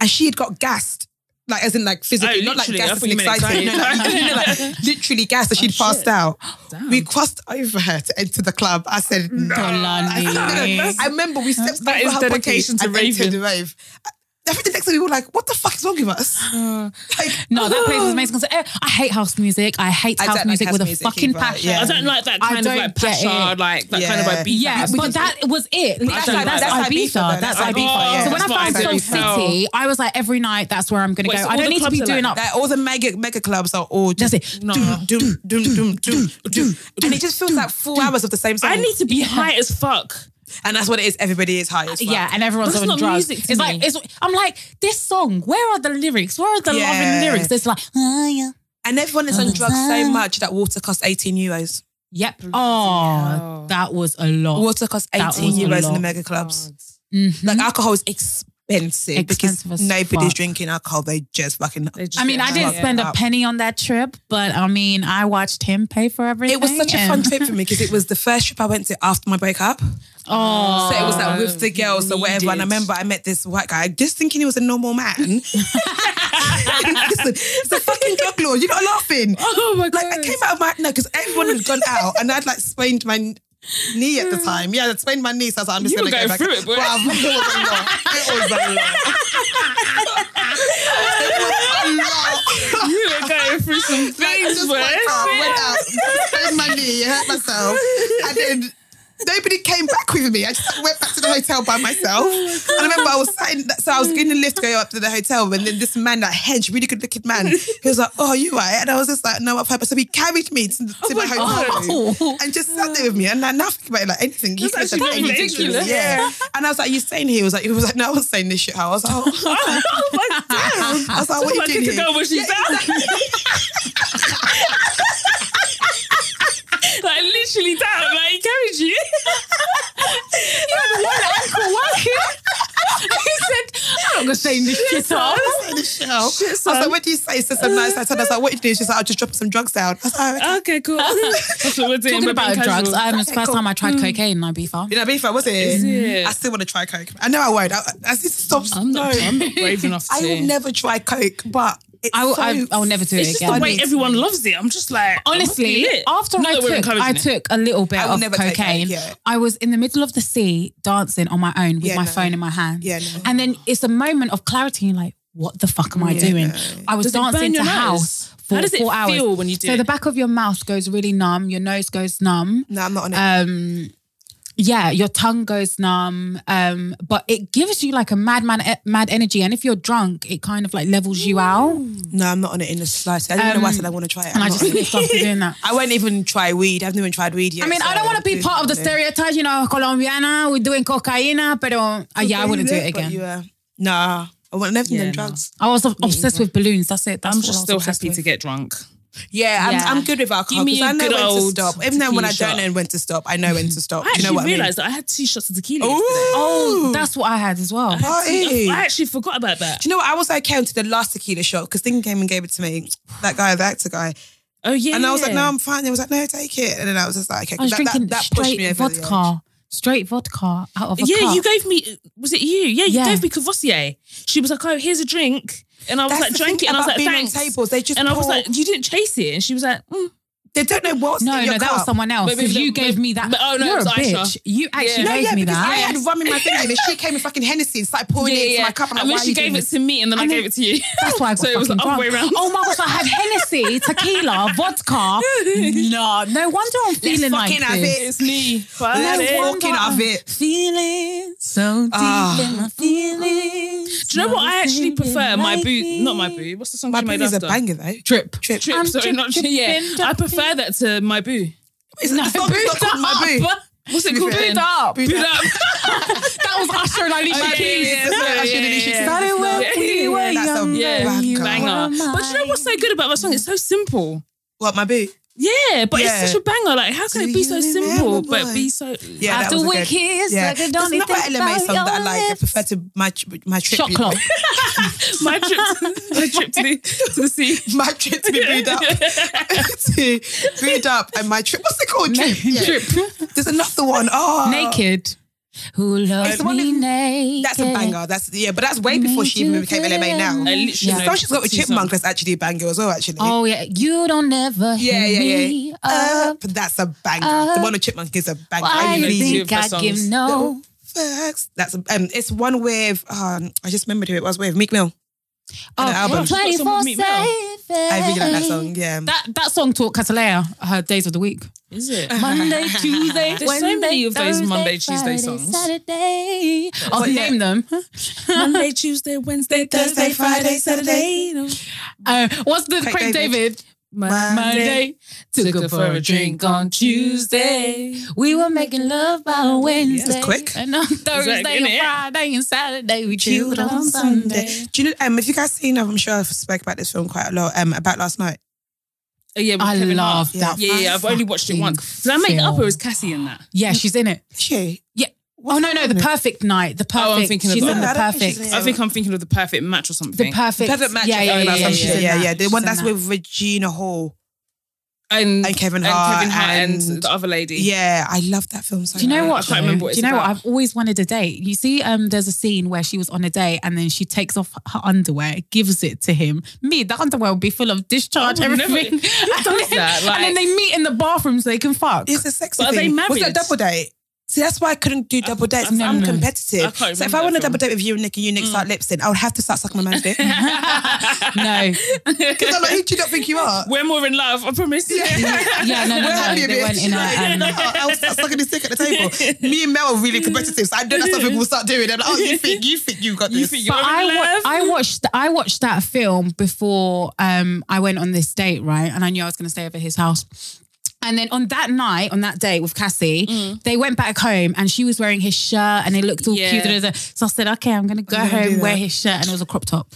and she had got gassed. Like as in like physically, Oh, not like literally. I gassed thought as in you meant excited. No, [laughs] no, excited. no, [laughs] like, literally gassed and she'd Oh, passed out. Damn. We crossed over her to enter the club. I said, no. [laughs] I, said, "No, no." Nice. I remember we stepped That over is her dedication to body and entered raving. the rave. I- I think the next day we were like, what the fuck is wrong with [sighs] us? Like, No, that place [gasps] was amazing. 'Cause, eh, I hate house music. I hate I house don't like music house with a music fucking either, passion. yeah. I don't like that I kind of don't like get pasha, it. like that kind of Yeah. like beat. Yeah, but that was it. That's, don't like, like that's, that. Ibiza. That's That's Ibiza, Ibiza. though. so when I That's found what I Soul felt. City, I was like, every night, that's where I'm going to Wait, go. so I all don't the need to be clubs are doing like up. Like all the mega mega clubs are all just That's it. doom, doom, doom, doom, doom, doom. And it just feels like four hours of the same song. I need to be high as fuck. and that's what it is. Everybody is high as fuck. Uh, Yeah, and everyone's That's on not drugs. music to it's me. like it's, I'm like this song. Where are the lyrics? Where are the Yeah. loving lyrics? It's like oh, yeah, And everyone is on drugs so much that water costs 18 euros. yep. Oh, hell. that was a lot. Water costs Oh, That 18 was a euros in the lot. mega clubs. Mhm. Like alcohol is expensive, Expensive because as nobody's fuck. drinking alcohol. They just fucking. They just I mean, get I didn't high. spend Yeah. a penny on that trip, but I mean, I watched him pay for everything. It was such a fun and- trip for [laughs] me because it was the first trip I went to after my breakup. Oh, So it was like Oh, with the girls or whatever. And needed. I remember I met this white guy just thinking he was a normal [laughs] man. Listen, it's a fucking drug lord. You're not laughing. Oh my god! Like I came out of my no, because everyone had gone out and I'd like sprained my kn- knee at the time. Yeah, I'd sprained my knee, so I was like, I'm just You were going gonna go back. through [laughs] it, boy. Bruv, it was a lot. It was a lot. It was a lot. you were [laughs] going through some Like, I things, just oh, boy. went out, went out, [laughs] sprained my knee, hurt myself, and then nobody came back with me. I just went back to the hotel by myself. Oh and I remember I was sat in, so I was in the lift going up to the hotel, and then this man, that hedge, really good looking man, he was like, "Oh, are you right?" And I was just like, "No, I've heard." So he carried me to, to my, hotel room Oh. and just sat there with me and like now think about it like anything. He That's could have actually done anything to me. ridiculous. Yeah. And I was like, you saying here? He was like, he was like, no, I was saying this shit. I was like, oh, [laughs] Oh my god! [laughs] I was like, What what are you lucky doing to here? go when she's down. [laughs] like literally down, like he carried you. he said, "I'm not gonna say this shit I off." was saying [laughs] this shit. I was like, what do you say? He said some nice. I told her, I was like, what are you doing? She's like, I'll just drop some drugs down. I was like, Uh, "Alright." okay, cool. [laughs] That's what we're doing. Talking we're about being drugs, casual. um, it's the first time I tried cocaine in Ibiza. you know, beef, I was it? it? I still want to try coke. I know I won't. I, I need to stop. I'm not, no. I'm not brave enough to. [laughs] I will never try coke, but it's I will, so, I, I will never do It's it just again. the way everyone loves it. I'm just like Honestly, after I took, I took a little bit I will of never take cocaine, that, yeah. I was in the middle of the sea dancing on my own with Yeah, my no. phone in my hand. Yeah, no. And then it's a moment of clarity. You're like, what the fuck am I Yeah, doing? no. I was Does it burn dancing to your nose? house for How does it four hours. feel when you do so it? the back of your mouth goes really numb, your nose goes numb. No, I'm not on it. Um, yeah, your tongue goes numb, um, but it gives you like a madman, mad energy. And if you're drunk, it kind of like levels you out. no, I'm not on it in the slightest. I don't know why I said I want to try it. And I'm um, I not just on it. pissed off for doing that. I won't even try weed. I've never even tried weed yet. I mean, I don't want to be part of the stereo. stereotype, you know, Colombiana, we're doing cocaína, but uh, yeah, I wouldn't do it But you again. were, nah, I wouldn't have Yeah, done no. drugs. I was obsessed with balloons. That's it. That's I'm what I just was still obsessed happy with. to get drunk. Yeah, I'm, Yeah. I'm good with alcohol Give me because I a know good when to old stop. Even though when I tequila don't know shot. when to stop, I know when to stop. I Do you know actually what realised that I had two shots of tequila. I mean? yesterday. Ooh, That's what I had as well. Uh-huh. party. I actually forgot about that. Do you know what? I was okay until the last tequila shot because Thing came and gave it to me. That guy, the actor guy, Oh yeah. and I was like, "No, I'm fine." He was like, "No, take it," and then I was just like, "Okay." I was that, drinking that, that pushed me straight over the edge. vodka, straight vodka out of a Yeah, cup. you gave me. Was it you? Yeah, you Yeah. gave me Cavassier. She was like, "Oh, here's a drink," and I was That's like, the "Drank thing it," and I was about like, being on "Thanks." tables, they just and I was pour- like, "You didn't chase it," and she was like, mm. They don't know what's no, in no, your that cup. was someone else. Maybe 'cause the- you gave me that. but- oh, no, it You're a was Aisha. bitch. You actually Yeah. No, gave yeah, me because I that. had rum in my finger and [laughs] she came and fucking Hennessy and started pouring "Yeah, it into yeah." my cup. I'm like, and then "Why are she you gave doing it to me, and then I, And gave then- it to you. [laughs] That's why I got so it was the fucking other way drunk. around. Oh my gosh, I had Hennessy, tequila, [laughs] vodka. No, no wonder I'm feeling like fucking have this. it. it's me. Let's Fuck it. walk. walking out of it. Feeling so deep Ah. in my feelings. Do you know what? I actually prefer my boo. boo, Not my boo. What's the song My she made boobies after? a banger though. Trip. Trip. Trip. I'm sorry, drip, not yeah. dripping, I prefer that to my boo. [laughs] It's not, it's not, it's not called my boo. What's it called? fair. then? Boot up. Boot up. [laughs] That was Usher and Alicia Oh, yeah, Keys. yeah, yeah. That's not No, actually yeah, an issue. yeah, yeah. [laughs] Started [laughs] when Yeah. we were That's a young. Yeah. you banger. were Banger. But do you know what's so mine. good about that song? It's so simple. What my boo? Yeah, but Yeah. it's such a banger. Like, how can Do it be so you remember simple, but why? be so. Yeah, that After was a we good- kiss, yeah. I could There's only another think LMA about song that I your like. I lips. prefer to my my trip. Shot clock. my trip, to, my trip to the, to the [laughs] sea. [laughs] my trip to be booed up, [laughs] [laughs] to booed up, and my trip. What's it called? Trip. Yeah. There's another one. Oh, naked. Who It's loves the one me with- naked? That's a banger. That's yeah, but that's way before she even became LMA now. I literally The know song she's got with two Chipmunk songs. that's actually a banger as well. Actually, Oh yeah, you don't ever yeah, hit yeah, me yeah. up. Up, that's a banger. the one with Chipmunk is a banger. Why know you two think of her I give songs. no? Oh. Facts. That's um. It's one with um. I just remembered who it was with Meek Mill. Oh, an album. She's got some with 24 Meek Mill. I really like that song. Yeah. That that song taught Catalea her days of the week. Is it? Monday, Tuesday, There's so many of those Monday, Tuesday songs. Saturday. I'll But yeah. name them. [laughs] Monday, Tuesday, Wednesday, Thursday, Friday, Saturday. Uh, what's the Craig Craig David? David. Monday. Took her for a drink on Tuesday. We were making love by Wednesday. quick. And on Thursday Exactly, and innit? Friday and Saturday we chilled Chilled on Sunday. Do you know? Um, if you guys seen, um, I'm sure I've spoke about this film quite a lot. Um, about last night. Oh, yeah, with I Kevin Hart. love that. Yeah, yeah, I've only watched it fucking once. Did I make it up or is Cassie in that? Yeah, she's in it. She. Yeah. Oh no, no, the perfect night. The perfect. Oh, I'm thinking of she's that. in No, the I don't think she's perfect. in it. I think I'm thinking of the perfect match or The something. perfect. Perfect match. Yeah, is yeah, going yeah, on, yeah, some she's shit. in yeah, that. yeah. The She's one in that's that. with Regina Hall. and, And Kevin and Hart Kevin Hart and, and- the other lady. Yeah, I love that film so Do you know much. what? I can't remember though? what Do you it's know what? about. I've always wanted a date. You see, um, there's a scene where she was on a date and then she takes off her underwear, gives it to him. Me, the underwear would be full of discharge, I would never- [laughs] everything. [laughs] and, does then, that? and Like- then they meet in the bathroom so they can fuck. It's a sexy But are they thing. Was it a married? double date? See, that's why I couldn't do double dates. I'm- I'm, I'm- I competitive. can't So if remember I want that to double film. date with you and Nick and you Nick Mm. start lip sync, I would have to start sucking my [laughs] man's dick. Because [laughs] no, I'm like, who do you not think you are? We're more in love, I promise. [laughs] yeah, no, no, We're no, happy they bitch. weren't in a, Like, um, no, I'll start sucking his dick at the table. Me and Mel are really competitive, so I know that's something we'll start doing. They're like, oh, you think you think you got this? You think you're But in I, wa- love? I watched I watched that film before um, I went on this date, right? And I knew I was going to stay over at his house. And then on that night, on that date with Cassie, they went back home and she was wearing his shirt and they looked all Yeah. cute. da, da, da. So I said, okay, I'm going to go home, do wear that. his shirt. And it was a crop top.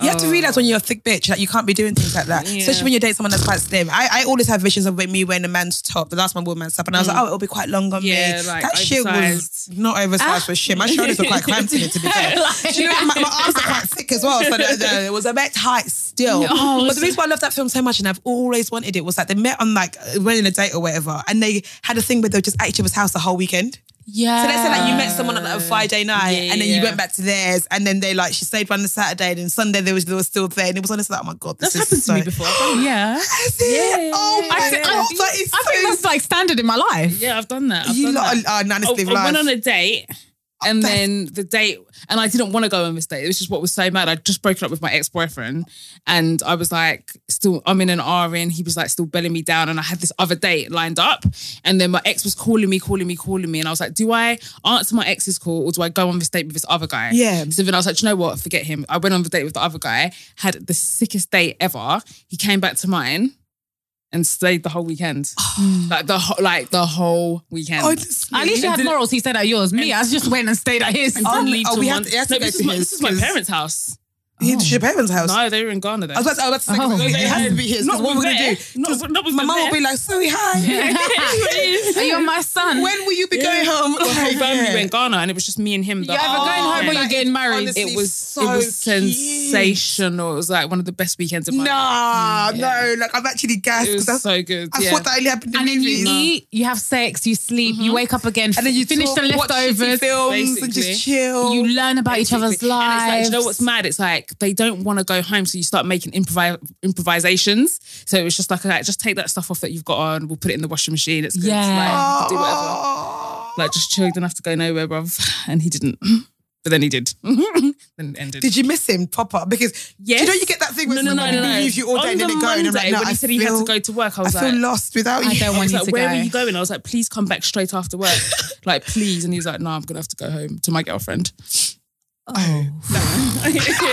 You have to realize when you're a thick bitch, like you can't be doing things like that, especially when you're dating someone that's quite slim. I, I always have visions of me wearing a man's top. The last one wore a man's top, and I was like, oh, it'll be quite long on Mm. Yeah, me. like that shit was oversized. not oversized for shit. My shoulders were quite cramped in it, [laughs] to be fair. Like- Do you know what? my, my arms are quite thick as well, so no, no, it was a bit tight still. Oh, but the reason why I love that film so much, and I've always wanted it, was like they met on like went on a date or whatever, and they had a thing where they were just at each other's house the whole weekend. Yeah. So let's say like you met someone on like, a Friday night Ah, yeah, and then yeah. you went back to theirs and then they like she stayed one the Saturday and then Sunday they was they were still there and it was honestly like, oh my god, this That's is happened to so- me before. [laughs] Yeah. Is it? Yeah. Oh my I, think- I- god, that is I think so that's like standard in my life. Yeah, I've done that. I've you done lot that. are oh, are I, honestly I live. went on a date. And that's- then the date, and I didn't want to go on this date. This is what was so mad. I'd just broken up with my ex boyfriend, and I was like, still, I'm in an RN. He was like, still belling me down, and I had this other date lined up. And then my ex was calling me, calling me, calling me, and I was like, do I answer my ex's call or do I go on this date with this other guy? Yeah. So then I was like, "Do you know what? Forget him. I went on the date with the other guy, had the sickest date ever. He came back to mine and stayed the whole weekend, [sighs] like the whole, like the whole weekend. Honestly. At least you had morals. He said at yours. Me, I just went and stayed at [laughs] his. Oh, Didn't leave oh, till we have one- to- it has to No, go this, to is my, his, this is my 'cause- parents' house. you to your parents' house. Oh. No, they were in Ghana then. I was about to, I was about to Oh. say, 'cause it has to be his. 'cause not what with we're going to there. do. Not, not with My mum there. will be like, sorry, hi. [laughs] You're my [laughs] son. when will you be going home? the whole family oh, Yeah. were in Ghana, and it was just me and him. the you're either whole going home or weekend. you're getting married. honestly- it was So it was cute. sensational. It was like one of the best weekends of my life. Nah, no, like I'm actually gassed It was because that's so good. I yeah. thought that only happened in and then movies. you eat, you have sex, you sleep, you wake up again, Mm-hmm. and then you finish talk, the watch shitty leftovers. films and basically. just chill. You learn about each other's Basically. lives. And it's like, do you know what's mad? It's like they don't want to go home, so you start making improvi- improvisations. So it was just like, like, just take that stuff off that you've got on. We'll put it in the washing machine. It's good. Yeah. Like, do whatever. Oh. Like just chill. You don't have to go nowhere, bruv. And he didn't. [laughs] But then he did. [laughs] then it ended. Did you miss him, Papa? Because do you know Yes. you get that thing where No, no, no, no, no. someone leaves you all day On and then the they go and I'm Monday, like, no, when he I said he had to feel- go to work, I I was feel like- lost without you. I don't want He's you like, to where go. are you going? I was like, [laughs] [laughs] please come back straight after work. like, please. And he was like, no, I'm going to have to go home to my girlfriend. [laughs] Oh.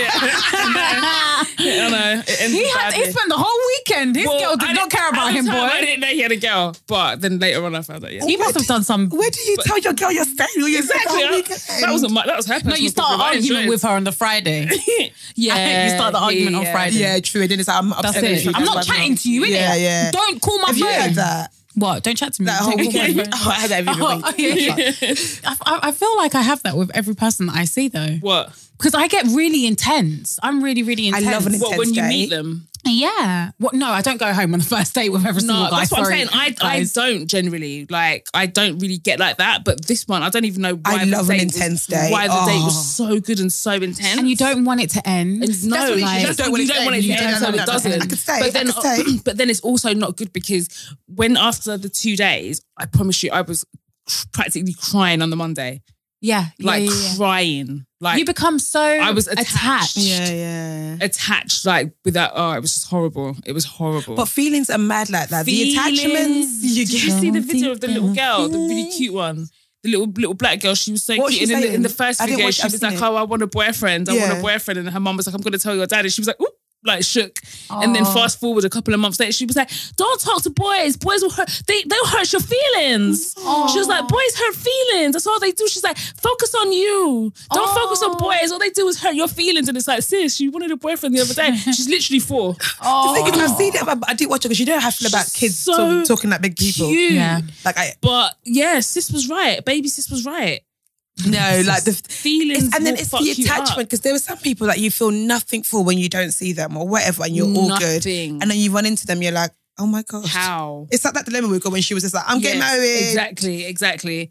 [laughs] [laughs] I know. It ends He had. badly. He spent the whole weekend. His Well, girl I did not didn't- care about at the him, time, I boy. didn't know he had a girl, but then later on I found out. Yeah, He must have done some. Where do you tell your girl you're staying? You're exactly. I- that was a mu- that was her. No, you start an argument with her on the [laughs] Friday. [laughs] [laughs] yeah. you start the argument on yeah. Friday. Yeah, true. And then it's like, I'm That's upset with it. you guys, I'm not but chatting to you, innit? Yeah, yeah. Don't call my Have you phone. had that? What? Don't chat to me. That whole Don't call my [laughs] weekend? [laughs] phone. Oh, I had that every Oh, weekend. [laughs] yeah, yeah. I, I- I feel like I have that with every person that I see though, What? because I get really intense. I'm really, really I intense. love an What when you Intense meet day. them? Yeah. What? No, I don't go home on the [laughs] first date with every single No, guy. that's what Sorry, I'm saying. I, I guys. don't generally like. I don't really get like that. But this one, I don't even know. Why I the love an date was- intense day. Why the date Oh. was so good and so intense. Ah. and you don't want it to end. It's no, what it like, is. You that's just don't what you want it don't want to it to end. end, Yeah, so no, no, it no, no. doesn't. I could stay, I But then, uh, could [clears throat] stay. but then it's also not good because when after the two days, I promise you, I was cr- practically crying on the Monday, yeah, yeah, like yeah, yeah. crying, like you become so. I was attached. attached. Yeah, yeah. attached, like with that. Oh, it was just horrible. It was horrible. But feelings are mad like that. The attachments Feelings. you Did you get. see the video of the little girl, the really cute one? The little little black girl, she was so What was cute. and she in the, saying? in the first I didn't video, watch- she I've was seen like, it. "Oh, I want a boyfriend. I want Yeah. a boyfriend." And her mum was like, "I'm going to tell your dad." And she was like, "Oop." Like shook, and then Aw. fast forward a couple of months later, she was like, "Don't talk to boys. Boys will hurt. They they'll hurt your feelings." She was like, "Boys hurt feelings. That's all they do." She's like, "Focus on you. Don't focus on boys. All they do is hurt your feelings." And it's like, sis, you wanted a boyfriend the other day. She's literally four. The thing is, I've seen it, but I didn't watch it because you know how I feel about She's kids Oh. so talk- talking like big people. Cute. Yeah. Like I But yeah, sis was right. Baby sis was right. no, like the Feelings. it's, and then will it's fuck the you up. attachment because there are some people that you feel nothing for when you don't see them or whatever, and you're all good, Nothing. and then you run into them, you're like, oh my god, How? It's like that dilemma we got when she was just like, I'm getting Yeah, married. Exactly, exactly.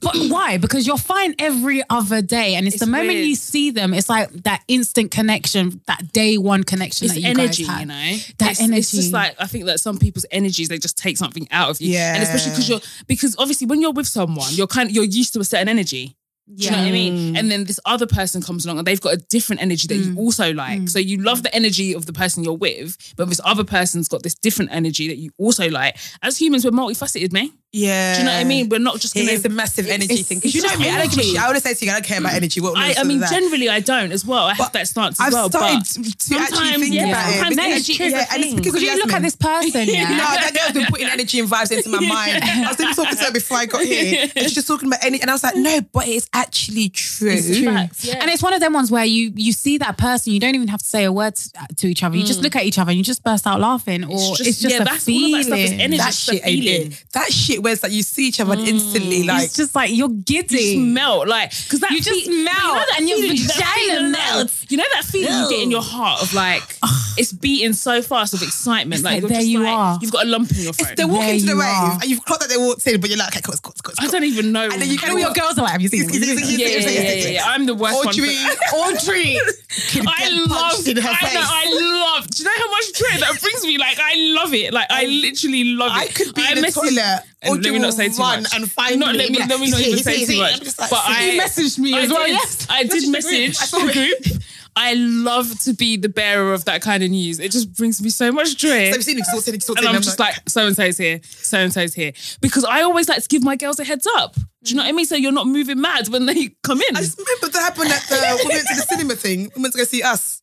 But why? Because you're fine every other day, and it's, It's the moment weird. you see them, it's like that instant connection, that day one connection It's that you energy, guys have. you know. That it's, energy. It's just like I think that some people's energies they just take something out of you, Yeah. and especially because you're because obviously when you're with someone you're kind you're used to a certain energy. Do you know what I mean? And then this other person comes along and they've got a different energy that you also like. So you love the energy of the person you're with, but this other person's got this different energy that you also like. As humans, we're multifaceted, man. Yeah. Do you know what I mean? We're not just It gonna is the massive energy it's- thing. 'Cause you know it's what I mean? I don't give a energy. shit. I always say to you, I don't care about energy. What I, I nonsense mean, is that? generally, I don't as well. I have But that stance as I've well. started but to actually sometimes- think yeah, about it. sometimes Because energy is it's- a yeah, and it's thing. because of Because you look at Yasmin. this [laughs] [laughs] person, yeah. No, that girl's been putting energy and vibes into my mind. I was even talking to her before I got here. And she's just talking about any, and I was like, no, but it's actually true. Facts, yeah. And it's one of them ones where you you see that person, you don't even have to say a word to, to each other. You just look at each other and you just burst out laughing, or it's just, yeah, a that's all feeling. of that stuff is energy. That It's the shit ain't feeling. Mm. it. That shit where it's like you see each other and instantly like it's just like you're You just giddy. melt, like because that You just you know melt that and your feeling- that vagina feeling- melts. You know that feeling you get in your heart of [sighs] like it's beating so fast of excitement, like, like, you're there just you like- are. you've got a lump in your throat. they walk There into the you wave are. and you've clocked that they walked in, but you're like, okay, cool, cool, cool, I cool. don't even know. And then you go, And your girls are like, have you seen? Is it- is it- yeah, yeah, yeah, yeah, yeah. I'm the worst one. for- Audrey, [laughs] Audrey, [laughs] could I get love. punched in her I, know, face. I love. Do you know how much joy that brings me? Like I love it. Like I literally love I it. could be I in the message- toilet. And Audrey let me will not say too run much. and find not me. let me let me not He's even here, say he's too [laughs] here. much. I'm just like, but I he messaged me I as well, did- yes. I Message did the message group. I saw the group. I love to be the bearer of that kind of news. It just brings me so much joy. So I've seen it, exalted, exalted. And I'm just like, so and so's here, so and so's here. Because I always like to give my girls a heads up. Do you know what I mean? So you're not moving mad when they come in. I just remember that happened at the we went to the cinema thing. We went to go see us.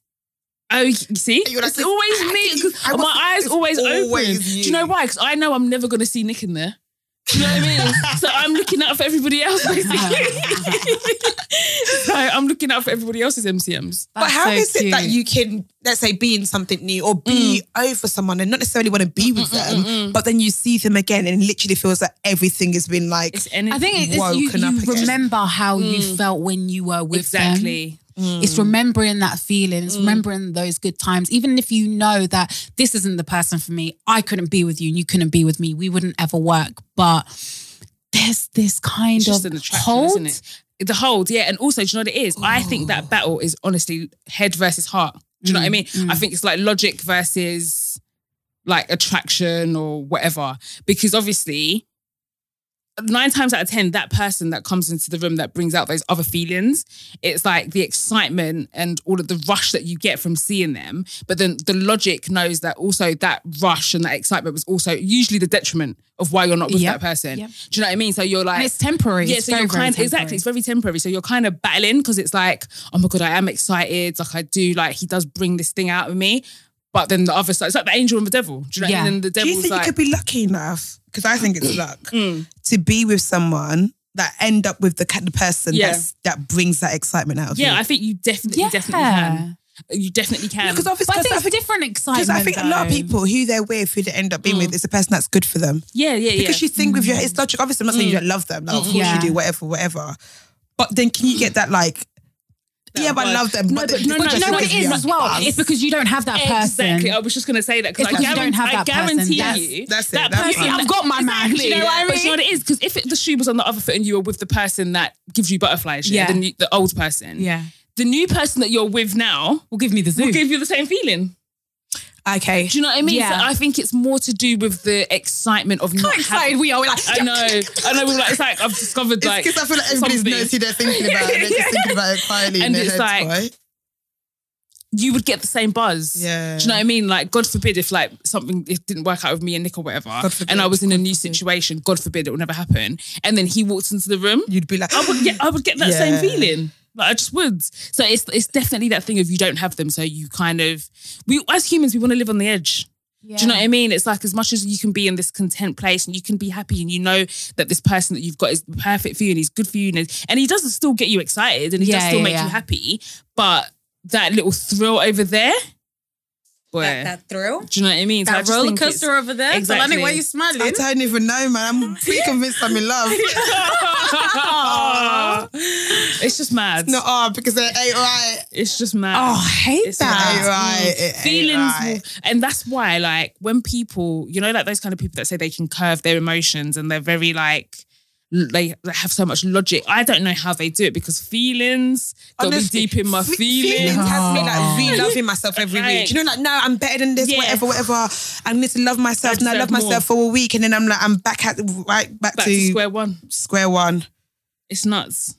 Oh, you see, You're like, it's always I me. think 'cause I was- my eyes it's always, always open. you. Do you know why? Because I know I'm never going to see Nick in there. Do you know what I mean? [laughs] so I'm looking out for everybody else. Basically, [laughs] so I'm looking out for everybody else's MCMs. but how is it that you can, let's say, be in something new or be Mm. over someone and not necessarily want to be with them, but then you see them again and it literally feels like everything has been like It's energy. I think it- it's you, Woken up you again. remember how you felt when you were with them. exactly. Mm. It's remembering that feeling. It's remembering those good times. Even if you know that this isn't the person for me, I couldn't be with you and you couldn't be with me. We wouldn't ever work. But there's this kind It's just of an attraction, hold. Oh. isn't it? The hold, yeah. And also, do you know what it is? I think that battle is honestly head versus heart. Do you Mm, know what I mean? I think it's like logic versus like attraction or whatever. Because obviously, nine times out of ten, that person that comes into the room that brings out those other feelings, it's like the excitement and all of the rush that you get from seeing them. But then the logic knows that also that rush and that excitement was also usually the detriment of why you're not with Yep. that person. Yep. Do you know what I mean? So you're like it's temporary. Yeah, It's so very, you're very kind temporary. exactly. It's very temporary. So you're kind of battling because it's like, oh my god, I am excited. Like I do, like he does bring this thing out of me. But then the other side, it's like the angel and the devil. Do you know what I Yeah. mean? And the Do devil's you think like, you could be lucky enough? Because I think Mm. it's luck to be with someone that end up with the kind of person Yeah. that's, that brings that excitement out of yeah, you. I think you definitely, Yeah. definitely can. You definitely can. Because obviously, But I 'cause think I it's think, different excitement. because I think a lot of though. people who they're with, who they end up being with, is the person that's good for them. yeah, yeah, yeah. Mm. Because you think with your, it's logic. Obviously, I'm not saying you don't love them. Like, of course Yeah. you do, whatever, whatever. But then can you get that like, yeah, but I vibe. love them. No, but no, But no, you know no, what it it's is as well? It's because you don't have that person. Exactly. Oh, I was just gonna say that because It's I, like you guarantee, don't have I that person. guarantee That's- you that's it, that that's person. it. I've got my man. Exactly, you know what I mean? But you know Yeah. what it is? Because if it, the shoe was on the other foot and you were with the person that gives you butterflies, yeah, Yeah. the, new, the old person, Yeah. the new person that you're with now Well, give me the zoo. will give you the same feeling. okay. Do you know what I mean? Yeah. So I think it's more to do with the excitement of not having. we are. We're like, I know, I know. we're Like, it's like I've discovered like Because I feel like everybody's something. nosy. They're thinking about it. They're [laughs] just thinking about it quietly in And their it's heads, like- right? you would get the same buzz. Yeah. Do you know what I mean? Like, God forbid if like something it didn't work out with me and Nick or whatever, forbid, and I was in a new situation. God forbid it would never happen. And then he walks into the room. You'd be like, I would get, I would get that Yeah. same feeling. Like I just would. So it's it's definitely that thing of you don't have them, so you kind of we as humans we want to live on the edge. Do you know what I mean? It's like as much as you can be in this content place and you can be happy and you know that this person that you've got is perfect for you and he's good for you and, and he does still get you excited and he does Yeah, still yeah, make yeah. you happy, but that little thrill over there, boy, That, that thrill. do you know what I mean? So I That just think roller it's- coaster over there. Exactly. Exactly. why are you smiling? I don't even [laughs] know, man. I'm pretty convinced I'm in love. it's just mad. No, oh, because they ain't right. It's just mad. Oh, I hate It's that. Ain't right. It ain't feelings right. will, and that's why like when people you know like those kind of people that say they can curve their emotions and they're very like l- they, they have so much logic i don't know how they do it because feelings got me Honestly, deep in my fe- feelings Oh. has me like re-loving myself every week. Right. You know, like now I'm better than this, Yeah. whatever, whatever. I need to love Love myself. And I love yourself myself for a week, and then I'm like, I'm back at right back, back to, to square. square one one it's nuts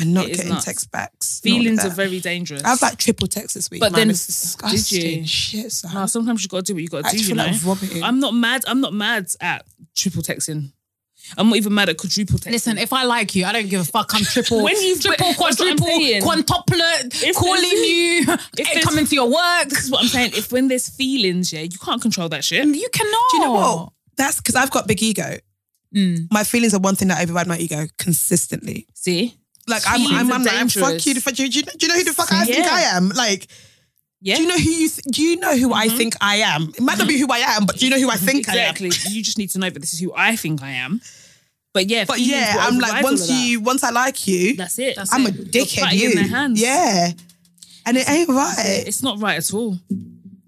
and not It is getting nuts. text backs. and all of feelings that. are very dangerous I've like triple text this week. But man. then- it's disgusting. did you? Shit, son. no, sometimes you gotta do what you gotta I do just you feel know like vomiting. i'm not mad i'm not mad at triple texting i'm not even mad at quadruple texting Listen, if I like you, I don't give a fuck. I'm triple. When you've- triple, that's what I'm quadruple, saying. quintuplet, If calling there's- you, [laughs] there's- coming to [laughs] your work. this is what i'm saying if when there's feelings yeah you can't control that shit You cannot. Do you know what? That's because I've got big ego. Mm. My feelings are one thing that override my ego consistently. see Like I'm, Feelings I'm, are I'm like, I'm fuck dangerous. you. the fuck- Do you, do you know who the fuck I think Yeah. I am? Like, yeah Mm-hmm. do you know who you? Th- do you know who I think I am? It might not be who I am, but do you know who I think exactly. I am? you just need to know that this is who I think I am. But yeah, But feelings yeah, will I'm override like all of once that. you, once I like you, That's it. That's I'm a it. You're dickhew. fighting in their hands. Yeah, and it ain't right. It's not right at all. I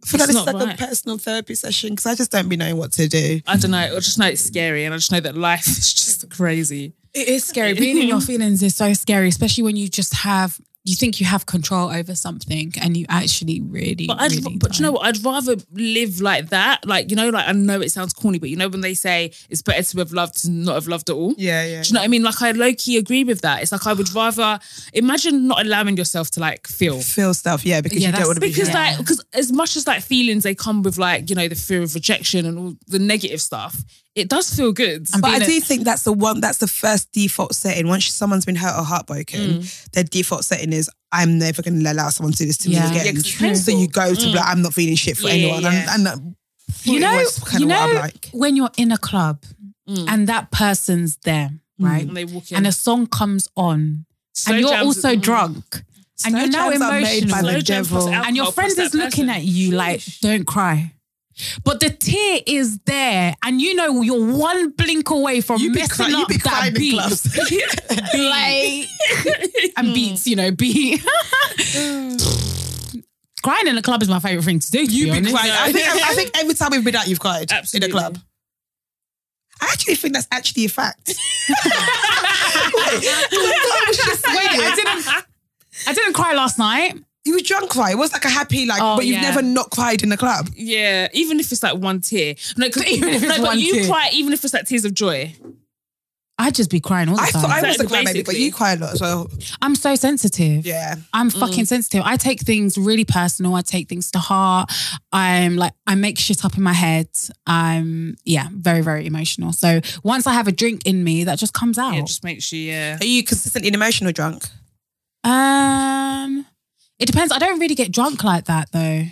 feel like it's this is like not right. a personal therapy session because I just don't be knowing what to do. I don't know. I just know it's scary, and I just know that life is just crazy. It is scary. Being [laughs] in your feelings is so scary, especially when you just have you think you have control over something and you actually really. But I'd, really but you know what? I'd rather live like that. Like you know, like I know it sounds corny, but you know when they say it's better to have loved than not have loved at all. Yeah, yeah. Do you know what I mean? Like I low key agree with that. It's like I would rather imagine not allowing yourself to like feel. Feel stuff, yeah, because Yeah, you don't that's- want to be. because here. like because as much as like feelings they come with like you know the fear of rejection and all the negative stuff it does feel good But I being a- do think that's the one. That's the first default setting. Once someone's been hurt or heartbroken, their default setting is I'm never going to allow someone to do this to Mm. Yeah. me Yeah, Mm. again. 'cause it's painful. so you go to be like, I'm not feeling shit for Yeah, anyone. yeah. And, and that, you know, kind you of what know I'm like. when you're in a club Mm. and that person's there, right? and they walk in And a song comes on, Slow and you're jams- also mm. drunk, and you're now jams are made by emotional, the Slow jam plus devil. alcohol and your plus friend that is looking person. at you like, "Don't cry." But the tear is there, and you know you're one blink away from You be, messing cry- you up be that crying in beat. clubs. [laughs] [laughs] like and beats, you know, beat. [laughs] Crying in a club is my favorite thing to do. to you be honest. crying. I think, I think every time we've been out, you've cried Absolutely. in a club. I actually think that's actually a [laughs] fact. Wait, I was just Wait, I waiting. didn't. I didn't cry last night. You were drunk, right? It was like a happy, like, Oh, but you've yeah. never not cried in a club. Mm, yeah even if it's like one tear no, 'cause- Even if it's no, but one you tear. cry even if it's like tears of joy I'd just be crying all the I time. thought I was a Basically. crybaby, but you cry a lot as well. I'm so sensitive. Yeah. I'm Mm. fucking sensitive. I take things really personal. I take things to heart. I'm like, I make shit up in my head. I'm, yeah, very, very emotional. So once I have a drink in me, that just comes out. Yeah, just make sure. Yeah. Are you consistently an emotional drunk? um, it depends. I don't really get drunk like that though.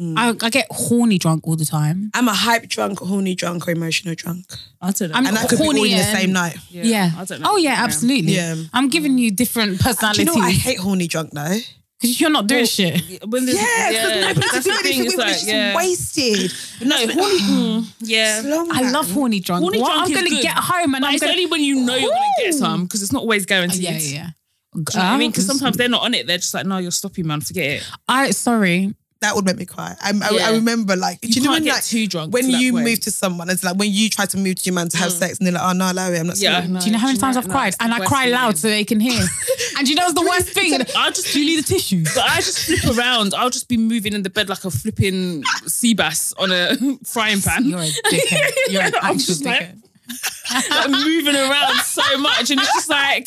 Mm. I, I get horny drunk all the time. I'm a hype drunk, horny drunk, or emotional drunk. I don't know. I'm And that could be all horny in the and- same night. Yeah. I don't know. Oh yeah, absolutely. Yeah. I'm giving you different Do you personalities know what? I [laughs] hate horny drunk though. because you're not doing shit. When there's- Yeah, because yeah, nobody that's to do the thing, anything. it's We were like, just yeah. wasted. No, horny. mm, [clears throat] It's yeah. long I that. love horny drunk. Horny What, drunk I'm is going to good. get home and But I'm it's going only when you know you're going to get some because it's not always guaranteed. Oh, Yeah, yeah. Do you know what I mean? Because sometimes they're not on it. They're just like, no, you're stopping, man. Forget it. I sorry. That would make me cry. I, I, Yeah. I remember like, do you know can't when get like, too drunk when to that you point. Mm. move to someone, it's like when you try to move to your man to have sex and they're like, oh no, allow it. I'm not. Yeah. sorry." Do you know how many times I've no, cried? it's the And I worst cry feeling. loud so they can [laughs] hear. and you know what's the worst thing? I just Do you need [laughs] a tissue? But I just flip around. I'll just be moving in the bed like a flipping sea bass on a [laughs] frying pan. You're a dickhead. You're an [laughs] I'm actual just like- dickhead. Like, moving around so much, and it's just like,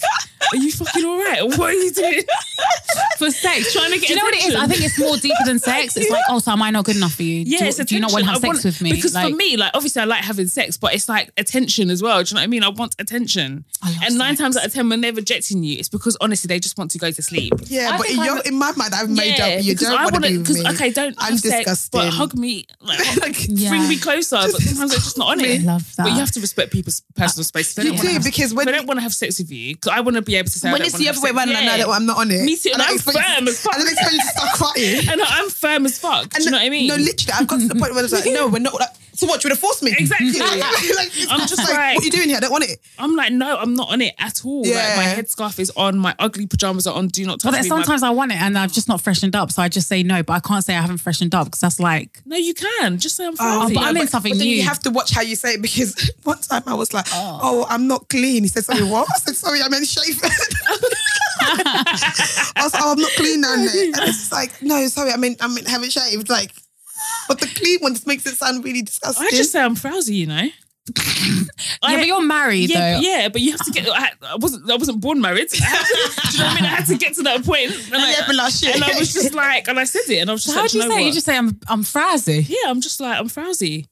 are you fucking all right? What are you doing [laughs] for sex? [laughs] Trying to get. Do you know what it is? I attention. think it's more deeper [laughs] than sex. It's like, oh, so am I not good enough for you? Yeah, do, it's do you not want to have attention. I sex with me? Because Like, for me, like obviously, I like having sex, but it's like attention as well. Do you know what I mean? I want attention. I love and nine sex. times out of ten, when they're rejecting you, it's because honestly, they just want to go to sleep. Yeah, I but think in, your, I'm- in my mind, I've made up. You because don't I want to wanna- be with 'cause, me. [laughs] Okay, don't. I'm have sex, disgusting. but hug me, [laughs] like, hug- Like, Yeah. bring me closer. But sometimes they're just not on it. I love that. But you have to respect people's personal space. They You don't do, wanna have- because when- they don't want to have sex with you, 'cause I want to be able to say I when don't it's wanna the have other way sex. around, and I Yeah. know that I'm not on it. Me too, I and don't I'm expect you- firm as fuck. I don't expect you to start [laughs] crying. [laughs] and I'm firm as fuck. Do And you know what I mean? No, literally, I've got to the point where I was like, no, we're not. Like, so what? You would have forced me? Exactly. [laughs] like, it's I'm just just like, like- what are you doing here? I don't want it. I'm like, no, I'm not on it at all. Yeah. Like, my headscarf is on, my ugly pajamas are on. Do not touch But then me. my- sometimes I want it and I've just not freshened up. So I just say no, but I can't say I haven't freshened up because that's like, no, you can just say I'm Oh, fine. but I'm in something But then new. you have to watch how you say it because [laughs] one time I was like, oh, I'm not clean. He said, sorry, what? I said, sorry, [laughs] I meant shaven. I was like, oh, I'm not clean, Nanny. And it's like, no, sorry, I mean, I mean, haven't shaved. Like, but the clean one just makes it sound really disgusting. I just say I'm frowsy, you know. I- yeah, but you're married Yeah, though. but yeah, but you have to get. I, I wasn't. I wasn't born married. [laughs] I had to- do you know what I mean? I had to get to that point, and I, yeah, but like, shit. and I was just like, and I said it, and I was So just. how like, do you know say it? what? You just say I'm I'm frowsy. Yeah, I'm just like I'm frowsy,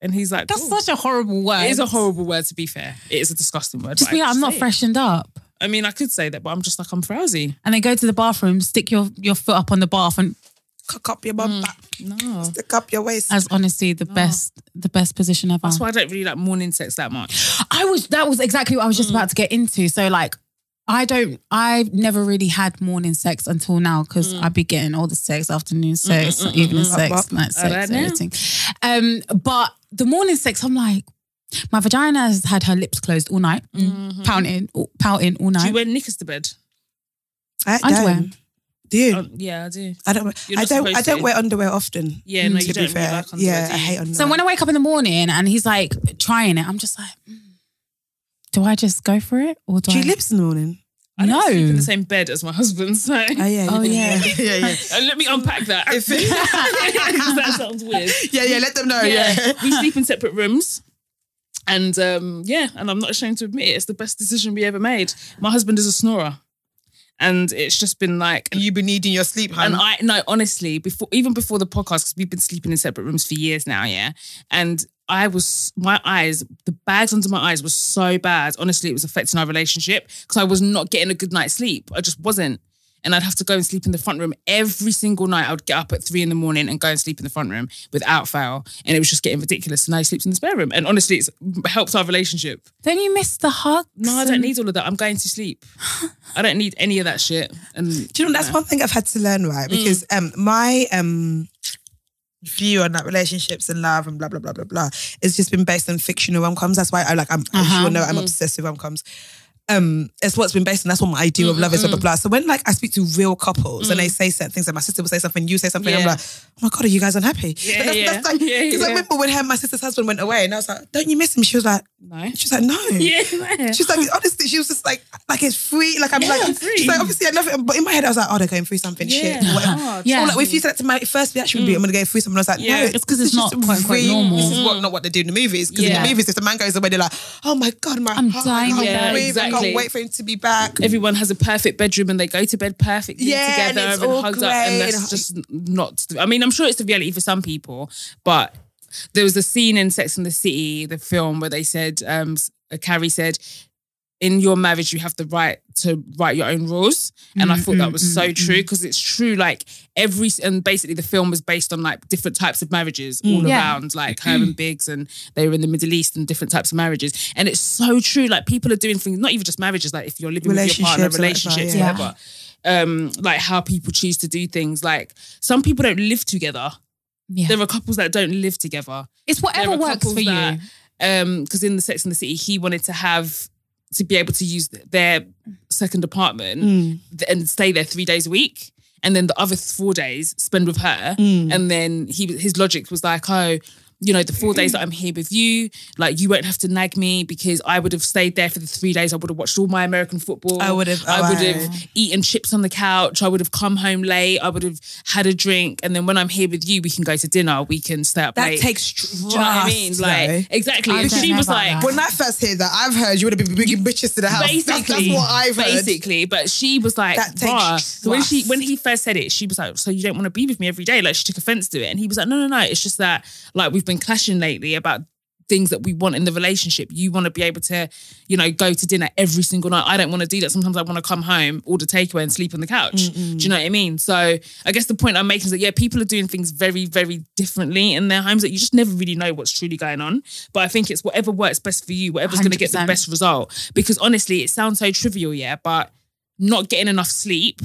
and he's like, That's cool. such a horrible word. It is a horrible word to be fair. It is a disgusting word. Just but I be like, just I'm not say it. freshened up. I mean, I could say that, but I'm just like I'm frowsy. And then go to the bathroom, stick your, your foot up on the bath and [laughs] cock up your bum back, Mm, No, stick up your waist. as honestly the best the best position ever. that's why I don't really like morning sex that much. I was that was exactly what I was just about to get into. So like I don't I've never really had morning sex until now because I'd be getting all the sex, afternoon sex, evening sex, Up, night sex, right now. everything. Um but the morning sex, I'm like, my vagina has had her lips closed all night, pouting, pouting all Do night. you wear knickers to bed? I Underwear. Do you? Um, yeah, I do. I don't. You're I not don't. supposed I don't to. wear underwear often. Yeah, no, to you be don't really fair. like underwear, yeah, do I you? hate underwear. So when I wake up in the morning and he's like trying it, I'm just like, mm, do I just go for it or do, do I? you lips in the morning? I don't No. sleep in the same bed as my husband, [laughs] so Oh yeah. Oh, you do. yeah. yeah, yeah, And let me unpack that. [laughs] 'Cause that sounds weird. yeah, yeah. Let them know. Yeah. we sleep in separate rooms. And um, yeah, and I'm not ashamed to admit it. It's the best decision we ever made. My husband is a snorer, and it's just been like, You've been needing your sleep, hun. and I no, honestly, before even before the podcast, because we've been sleeping in separate rooms for years now, yeah. And I was my eyes, the bags under my eyes was so bad. Honestly, it was affecting our relationship because I was not getting a good night's sleep. I just wasn't. And I'd have to go and sleep in the front room every single night. I would get up at three in the morning and go and sleep in the front room without fail. And it was just getting ridiculous. And now he sleeps in the spare room. And honestly, it's helped our relationship. Then you miss the hug. No, I don't need all of that. I'm going to sleep. I don't need any of that shit. And Do you know that's one thing I've had to learn, right? Mm. Because um, my um view on like relationships and love and blah blah blah Uh-huh. Mm. blah blah, it's just been based on fictional rom coms. That's why I like I'm, as you all know I'm obsessed with rom coms. um, it's what's been based on. That's what my idea of love is, blah, blah, blah. So when like I speak to real couples and they say certain things, like my sister will say something, you say something, I'm Mm. Yeah. like, oh my God, are you guys unhappy? Yeah, that's, yeah. that's like, Yeah, because I yeah. remember when her, my sister's husband went away and I was like, don't you miss him? She was like, No. She's like, no. Yeah. She's like, honestly, she was just like, like it's free. Like I'm like, she's like, obviously I love it. But in my head, I was like, oh, they're going through something shit. Yeah. Whatever. Oh, Yeah. Or like, if you said that to my first reaction would be, I'm gonna go through something. I was like, Yeah. no, It's 'cause this it's is not just quite- quite real- normal. Mm. This is what not what they do in the movies. Because in Yeah. the movies, if the man goes away, they're like, oh my god, my I'm heart, dying. I can't Yeah, breathe. I exactly. can't wait for him to be back. Everyone has a perfect bedroom and they go to bed perfectly Yeah, and together it's and, all hugged up. And great. that's just not. I mean, I'm sure it's the reality for some people, but there was a scene in Sex and the City, the film, where they said, um, Carrie said, in your marriage, you have the right to write your own rules. And Mm, I thought that was so true because it's true. Like every, and basically the film was based on like different types of marriages Mm, all Yeah. around, like her and Biggs, and they were in the Middle East and different types of marriages. And it's so true. Like people are doing things, not even just marriages, like if you're living with your partner, relationships, Relationships and whatever, yeah. whatever. Um, like how people choose to do things. Like some people don't live together. Yeah. There are couples that don't live together It's whatever there are works couples for you. that, Um, because in the Sex and the City, he wanted to have to be able to use their second apartment Mm. th- and stay there three days a week, and then the other four days spend with her. Mm. And then he his logic was like, oh. You know, the four days that I'm here with you, like you won't have to nag me because I would have stayed there for the three days. I would have watched all my American football. I would have- I would oh, have wow. eaten chips on the couch. I would have come home late. I would have had a drink. And then when I'm here with you, we can go to dinner. We can stay up That late. takes trust. Do you know what I mean? Like though. exactly. I And don't she know was about like that. when I first hear that, I've heard you would have been bringing bitches to the house. That's- basically That's, what I've heard. Basically, but she was like, That takes "Bruh." So when she trust. when he first said it, she was like, "So you don't want to be with me every day?" Like she took offense to it, and he was like, "No, no, no. It's just that like we've been clashing lately about." Things that we want in the relationship. You want to be able to, you know, go to dinner every single night. I don't want to do that. Sometimes I want to come home, order takeaway, and sleep on the couch. Do you know what I mean? So I guess the point I'm making is that yeah, people are doing things very, very differently in their homes that you just never really know what's truly going on. But I think it's whatever works best for you, whatever's going to get the 100%. best result. Because honestly, it sounds so trivial, yeah, but not getting enough sleep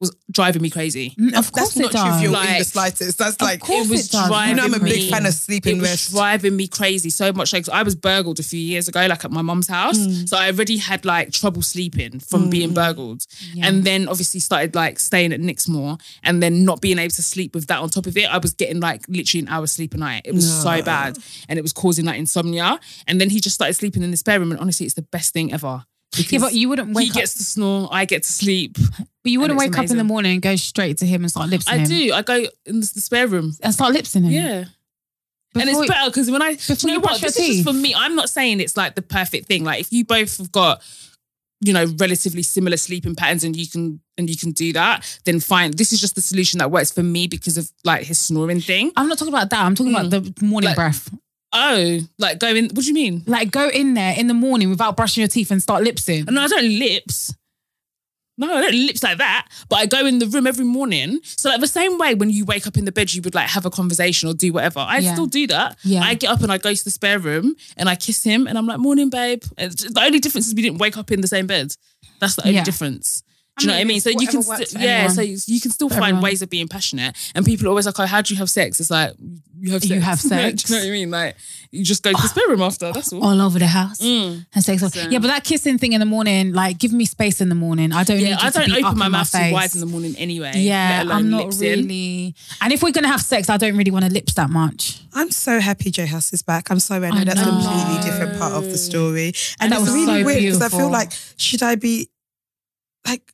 was driving me crazy. Mm, of course That's not it does. trivial in the Like- slightest. That's like course it was it does. driving You know, I'm a big me- fan of sleep It and was rest. driving me crazy so much. Like 'cause I was burgled a few years ago, like at my mum's house. Mm. So I already had like trouble sleeping from being burgled, and then obviously started like staying at Nixmoor, and then not being able to sleep with that on top of it. I was getting like literally an hour sleep a night. It was so bad, and it was causing like insomnia. And then he just started sleeping in the spare room, and honestly, it's the best thing ever. Yeah, because but you wouldn't wake he up. gets to snore, I get to sleep. but you and wouldn't wake it's up in the amazing. morning and go straight to him and start lipsing I him. do. I go in the spare room. And start lipsing him. Yeah. and Before- it's better because when I, before you know you brush what, your this is teeth. just for me. I'm not saying it's like the perfect thing. Like if you both have got, you know, relatively similar sleeping patterns and you can and you can do that, then fine. This is just the solution that works for me because of like his snoring thing. I'm not talking about that. I'm talking about the Mm. morning Like- breath. Oh, like going. What do you mean? Like go in there in the morning without brushing your teeth and start lipsing. No, I don't lips. No, I don't lips like that. But I go in the room every morning. So like the same way when you wake up in the bed, you would like have a conversation or do whatever. I Yeah. still do that. Yeah. I get up and I go to the spare room and I kiss him and I'm like, morning, babe. And the only difference is we didn't wake up in the same bed. That's the only Yeah. difference. Do you know I what I mean, mean? So you can, whatever works sti- for yeah. everyone. So you you can still For find everyone. ways of being passionate, and people are always like, "Oh, how do you have sex?" It's like you have sex. You [laughs] have sex. Do you know what I mean? Like you just go to the spare room after. That's all. all over the house Mm. and sex. yeah, but that kissing thing in the morning, like give me space in the morning. I don't. Yeah, need you I to don't be up open my in my mouth too face. wide in the morning anyway. Yeah, let alone I'm not lips in. really. And if we're gonna have sex, I don't really want to lips that much. I'm so happy Jay Huss is back. I'm so I know I that's a know. completely different part of the story, and, that it's was really so weird because I feel beautiful. like should I be like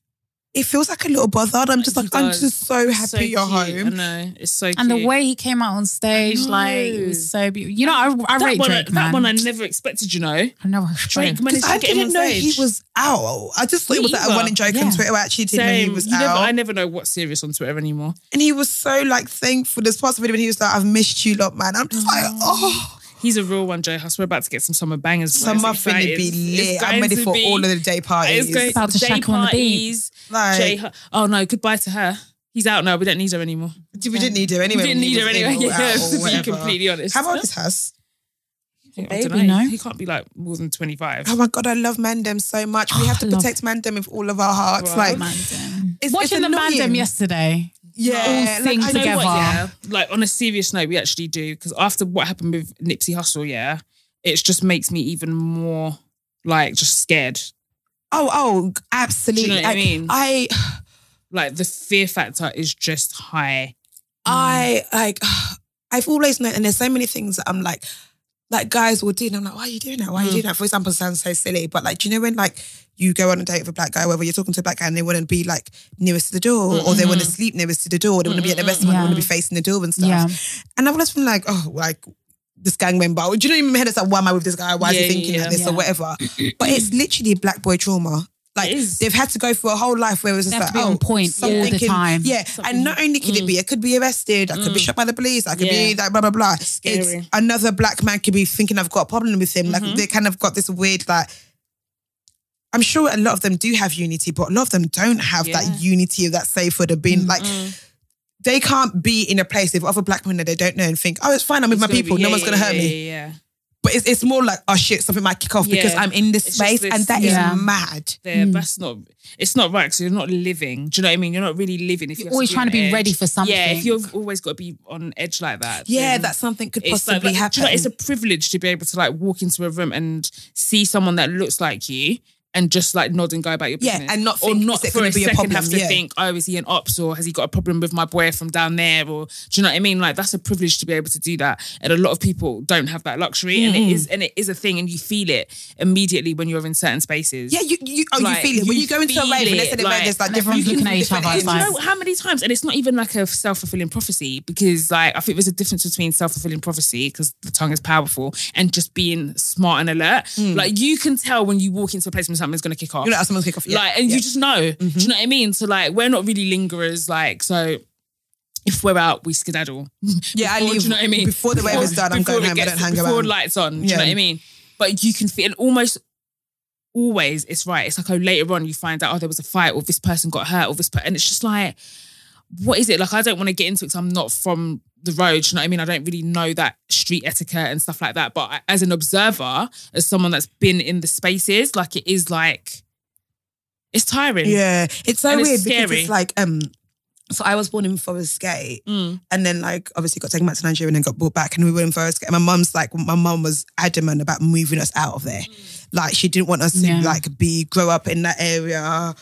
it feels like a little bothered. I'm just It like I'm does. just so happy So you're cute. home. I know it's so. And the cute. way he came out on stage, know. like it was so beautiful. You know, I, I that rate one, Drake, that man. one I never expected. You know, I know Drake managed to I get him on didn't know stage. he was out. I just thought it was Me like a one either. in joke Yeah. on Twitter. I actually didn't know Same. he was You never- out. I never know what's serious on Twitter anymore. and he was so like thankful. There's parts of it when he was like, I've missed you lot, man. I'm just like, oh, He's a real one, Jay Huss. We're about to get some summer bangers. bro. summer It's finna be exciting. It's lit. I'm going ready to for be- all of the day parties. It's going About to day Shaq on the beat. parties. like, Jay Huss. Oh no, goodbye to her. He's out now. We don't need her anymore. we didn't need her anyway. we didn't when he need her was in anyway. or out [laughs] Yeah, or to be whatever. completely honest. How old is Huss? I don't Baby, know. no? He can't be like more than twenty five. Oh my god, I love Mandem so much. We have to I love- protect Mandem with all of our hearts. Oh, Right. Like, Mandem. it's, Watching it's the Mandem annoying. yesterday. yeah, all sing I know together. what- yeah, like on a serious note, we actually do because after what happened with Nipsey Hussle, yeah, it just makes me even more like just scared Oh, oh, absolutely. Do you know what I Like, mean? Mm. I, Like the fear factor is just high. I like [sighs] I've always known and there's so many things that I'm like like guys will do and I'm like, why are you doing that? Why are Mm. you doing that? For example, it sounds so silly, but like do you know when like you go on a date with a black guy, whether you're talking to a black guy and they want to be like nearest to the door or they want to sleep nearest to the door, they want to be at the restaurant, Yeah. they want to be facing the door and stuff. Yeah. And I've always been like, oh, like this gang member. Do you know in my head it's like, why am I with this guy? Why is Yeah, he thinking yeah, like this or yeah. [clears throat] whatever? But it's literally black boy trauma. Like It is. they've had to go through a whole life where it's just They like have to be on oh, point all the something can- time. Mm. Yeah, and not only could it be, I could be arrested, I could be shot by the police, I could be like blah blah blah. Mm. It's Scary. Mm-hmm. another black man could be thinking I've got a problem with him. Like they kind of got this weird like. I'm sure a lot of them do have unity, but a lot of them don't have Yeah. that unity of that safer of being like they can't be in a place with other black men that they don't know and think, oh, it's fine, I'm with my people, no one's gonna hurt me. Yeah, yeah. But it's, it's more like, oh shit, something might kick off because Yeah. I'm in this It's just space this- and that is Yeah. mad. There, that's not. It's not right. So you're not living. Do you know what I mean? You're not really living. If you You're have always be trying to on be edge. ready for something. Yeah, if you've always got to be on edge like that. Yeah, then that something could it's like- possibly like, do happen. you know, it's a privilege to be able to like walk into a room and see someone that looks like you. And just like nod and go about your Yeah, business, and not or think, not is it for gonna a be a second problem? have to Yeah. think, oh, is he an ops or has he got a problem with my boy from down there? Or do you know what I mean? Like that's a privilege to be able to do that, and a lot of people don't have that luxury, and Mm-hmm. it is, and it is a thing, and you feel it immediately when you're in certain spaces. yeah, you, you, oh, Like, you feel it. When you you go into a feel rave and let's it, say the rave, like- there's like And different everyone's looking at each different other, it's ages. like- Do you know how many times? And it's not even like a self fulfilling prophecy because, like, I think there's a difference between self fulfilling prophecy because the tongue is powerful and just being smart and alert. Like, you can tell when you walk into a place when something's going to kick off. Hmm. You know, someone's kick off. Yeah. like, and yeah. Mm-hmm. you just know. Do you know what I mean? So, like, we're not really lingerers. Like, so if we're out, we skedaddle. [laughs] yeah, I Or, do leave you know what I mean? before the rave is done. I'm Before going it home. I gets- don't hang before around. lights on. Do Yeah. you know what I mean? But you can feel, and almost always it's right. It's like oh, later on you find out oh there was a fight or this person got hurt or this, per-, and it's just like, what is it? Like I don't want to get into it because I'm not from the road. do You know what I mean? I don't really know that street etiquette and stuff like that. But I, as an observer, as someone that's been in the spaces, like it is like, it's tiring. Yeah, it's so And it's weird because scary. it's like um. So I was born in Forest Gate, Mm. and then like obviously got taken back to Nigeria, and then got brought back, and we were in Forest Gate. And my mum's like, my mum was adamant about moving us out of there. Mm. Like she didn't want us to Yeah. like be grow up in that area.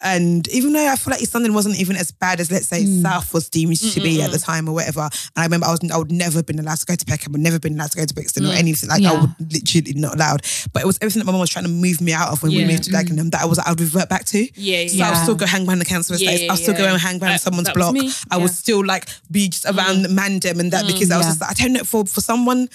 And even though I feel like East London wasn't even as bad as let's say Mm. South was deemed to be at the time or whatever, and I remember I was I would never been allowed to go to Peckham, I'd never been allowed to go to Brixton Mm. or anything like I Yeah. would literally not allowed. But it was everything that my mum was trying to move me out of when we Yeah. moved to Dagenham that I was I would revert back to. Mm. Yeah, yeah. So I'll Yeah. still go hang around the council Yeah, estate. yeah, I'll still go yeah. and hang around That- someone's that was block. me, I yeah. Mm-hmm. Mm. would still like be just around Mandem and that because I was yeah. just like, I don't know for for someone,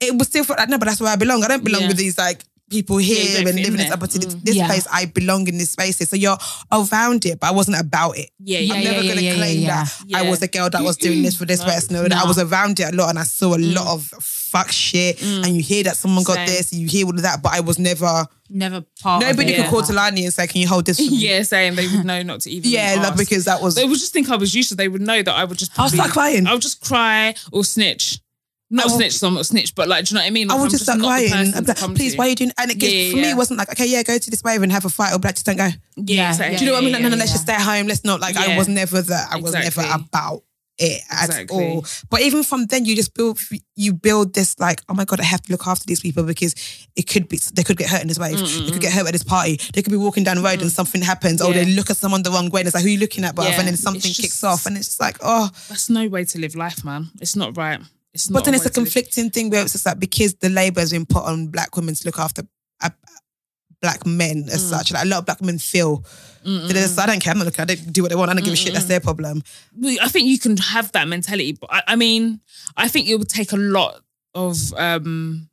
it was still for like, no, but that's where I belong. I don't belong Yeah. with these like people here don't and fit in living this there. opportunity. This Yeah. place, I belong in this space. So you're around it, but I wasn't about it. Yeah, Yeah, I'm yeah. [laughs] never yeah, gonna yeah, claim yeah, that yeah. Mm. I was a girl that was doing this for this person. No, that I was around it a lot and I saw a lot of fuck shit. And you hear that someone got Mm. Same. this, you hear all of that, but I was never. Never part of Nobody it. could call Talani and say, "Can you hold this?" For me? Yeah, saying they would know not to even. [laughs] Yeah, like, ask. because that was They would just think I was useless. They would know that I would just. I'll start crying. I would just cry or snitch. Not I will- snitch, so I'm not snitch, but like, do you know what I mean? Oh. I Like, was I'm just start not the crying. person I'd be to like, come please, to. why are you doing? And it Yeah, gets, yeah, for me, yeah. it wasn't like, okay, yeah, go to this wave and have a fight, or black, just don't go. Yeah, Yeah, exactly. yeah, Do you know what I mean? Like, yeah, no, no, let's yeah. just stay home. Let's not like. I Yeah. was never that. I was Exactly. never about it at Exactly. all. But even from then, you just build. You build this like, oh my god, I have to look after these people because it could be they could get hurt in this wave. They could get hurt at this party. They could be walking down the road and something happens. Oh, they Yeah. look at someone the wrong way and it's like, who are you looking at, bruv? Yeah. And then something It's kicks just- off, and it's just like, oh. That's no way to live life, man. It's not right. It's not. But then it's way a to live- conflicting thing where it's just like because the labour has been put on black women to look after uh, black men Mm. as such. Like a lot of black men feel that they're just, I don't care. I'm not looking. I don't do what they want. I don't give a shit. That's their problem. Well, I think you can have that mentality, but I, I mean, I think it would take a lot of um,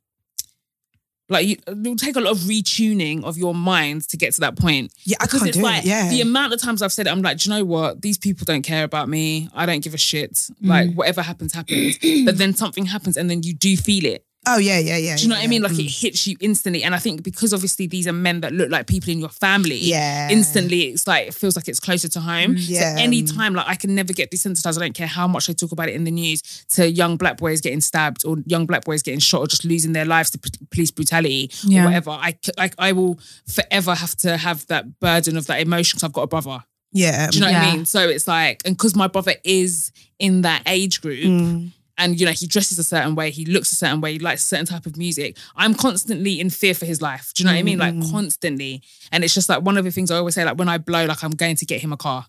like you, it would take a lot of retuning of your mind to get to that point. Yeah, I Because can't it's do like it. Yeah. the amount of times I've said it, I'm like, do you know what? These people don't care about me. I don't give a shit. Mm-hmm. Like whatever happens, happens. but then something happens, and then you do feel it. oh yeah, yeah, yeah. mm. Do you know yeah, what I mean? yeah. Like it hits you instantly. And I think because obviously these are men that look like people in your family, Yeah. Mm, instantly it's like it feels like it's closer to home. yeah. So any time, like I can never get desensitized. I don't care how much they talk about it in the news to young black boys getting stabbed or young black boys getting shot or just losing their lives to p- police brutality Yeah. or whatever. I c- like I will forever have to have that burden of that emotion because I've got a brother. yeah. Do you know what Yeah. I mean? So it's like, and because my brother is in that age group, and you know he dresses a certain way, he looks a certain way, he likes a certain type of music. I'm constantly in fear for his life. Do you know what I mean? Like constantly, and it's just like one of the things I always say. Like when I blow, like I'm going to get him a car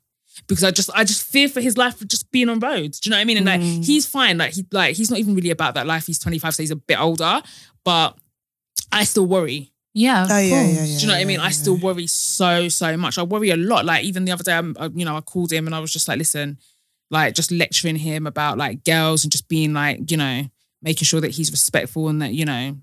because I just I just fear for his life for just being on roads. Do you know what I mean? And like he's fine. Like he like he's not even really about that life. He's 25, so he's a bit older, but I still worry. Yeah. Oh, of yeah, course. yeah, yeah. Do you know what I mean? yeah, I still worry so so much. I worry a lot. Like even the other day, I'm, I, you know, I called him and I was just like, listen, like just lecturing him about like girls and just being like, you know, making sure that he's respectful and that you know,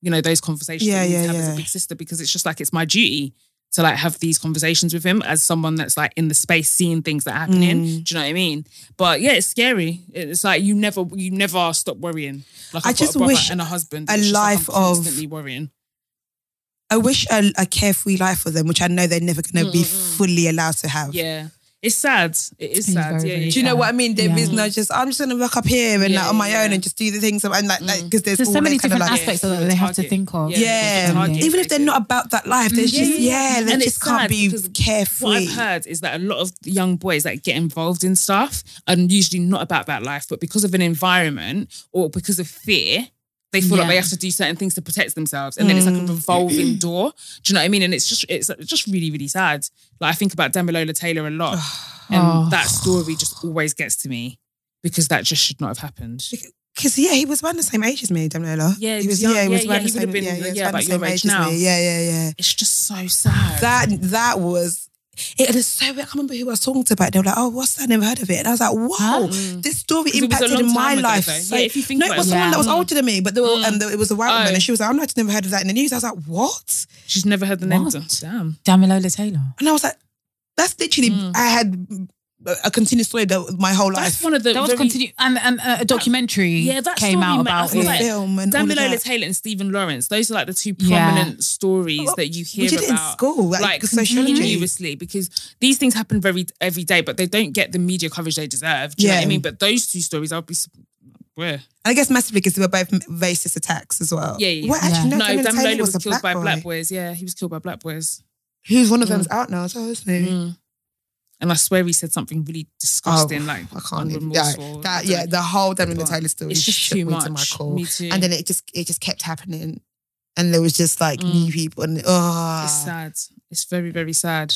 you know, those conversations Yeah, that we need yeah, to have as yeah. a big sister because it's just like it's my duty to like have these conversations with him as someone that's like in the space seeing things that are happening. Mm. Do you know what I mean? But yeah, it's scary. It's like you never you never stop worrying. Like I I've got just a brother wish and a husband. a It's just, like, I'm life of- constantly worrying. I wish a, a carefree life for them, which I know they're never going to be fully allowed to have. Yeah. It's sad. It is It's sad. very, yeah, very yeah, Do you know Yeah. what I mean? There is Yeah. no just I'm just gonna rock up here and Yeah, like, on my yeah, own yeah. Mm. and just do the things and like like because there's, There's all so many that kind of different like, aspects of that they have to Target. think of. Yeah. Yeah, Yeah. even if they're not about that life, there's Yeah, yeah, yeah. just yeah, they Mm-hmm. And just it's can't sad be because What carefree. I've heard is that a lot of young boys that get involved in stuff are usually not about that life, but because of an environment or because of fear, they feel like Yeah. Mm. they have to do certain things to protect themselves. And then it's like a revolving door. Do you know what I mean? And it's just it's just really, really sad. Like I think about Damilola Taylor a lot. and Oh. that story just always gets to me because that just should not have happened. Because yeah, he was around the same age as me, Damnola. Yeah, he was young. Yeah, yeah, around he the would same- have been, he was yeah, around the about your same age age as now. me. Yeah, yeah, yeah. It's just so sad. That that was. It was so. weird. I can't remember who I was talking to about. it. They were like, "Oh, what's that? Never heard of it." And I was like, "Wow, this story Mm. it was a impacted long time my ago, life." though. so- Yeah, if you think no, it about was it. someone that was Yeah. older than me, but they were, um, the, it was a white woman, Oh. and she was like, "I'm not never heard of that in the news." I was like, "What?" She's never heard the name. What? Damn. Damilola Taylor. And I was like, "That's literally." I had a continuous story that my whole Mm. That's life. one of the That was very- continue and, and uh, a documentary Yeah, that came story out made- I about feel it. like- film and all of Damilola that. Taylor and Stephen Lawrence. Those are like the two Yeah. prominent stories Well, that you hear We did it in about. school, like, Like sociology. continuously because these things happen very every day, but they don't get the media coverage they deserve. Do you know what Yeah. I mean? But those two stories, I'll be where And I guess massively because they were both racist attacks as well. Yeah, yeah, Well, yeah. actually, no, no, Damilola Damilola Taylor was, was, a killed black by boy. Mm. black boys. Yeah, he was killed by black boys, Who's one of them's out now as well, isn't he? Mm. and I swear he said something really disgusting. like I can't even. That, unremorseful. I that don't yeah, know. the whole Damilola But Taylor story it's just shook too me to my much. core. Me too. And then it just it just kept happening, and there was just like new people Mm. and It's oh sad. It's very very sad.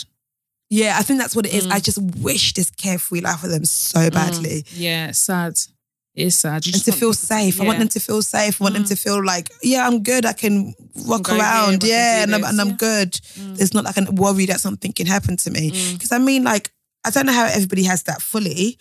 yeah, I think that's what it is. Mm. I just wish this carefree life for them so badly. Yeah, it's sad. It is sad. You And just to want feel people safe. I want yeah. Mm. them to feel safe. I want them to feel like, yeah, I'm good. I can walk go here, I around. can yeah. do And I'm, this, and I'm yeah. Mm. good. It's not like a worry that something can happen to me. Because I mean, like, I don't know how everybody has that fully,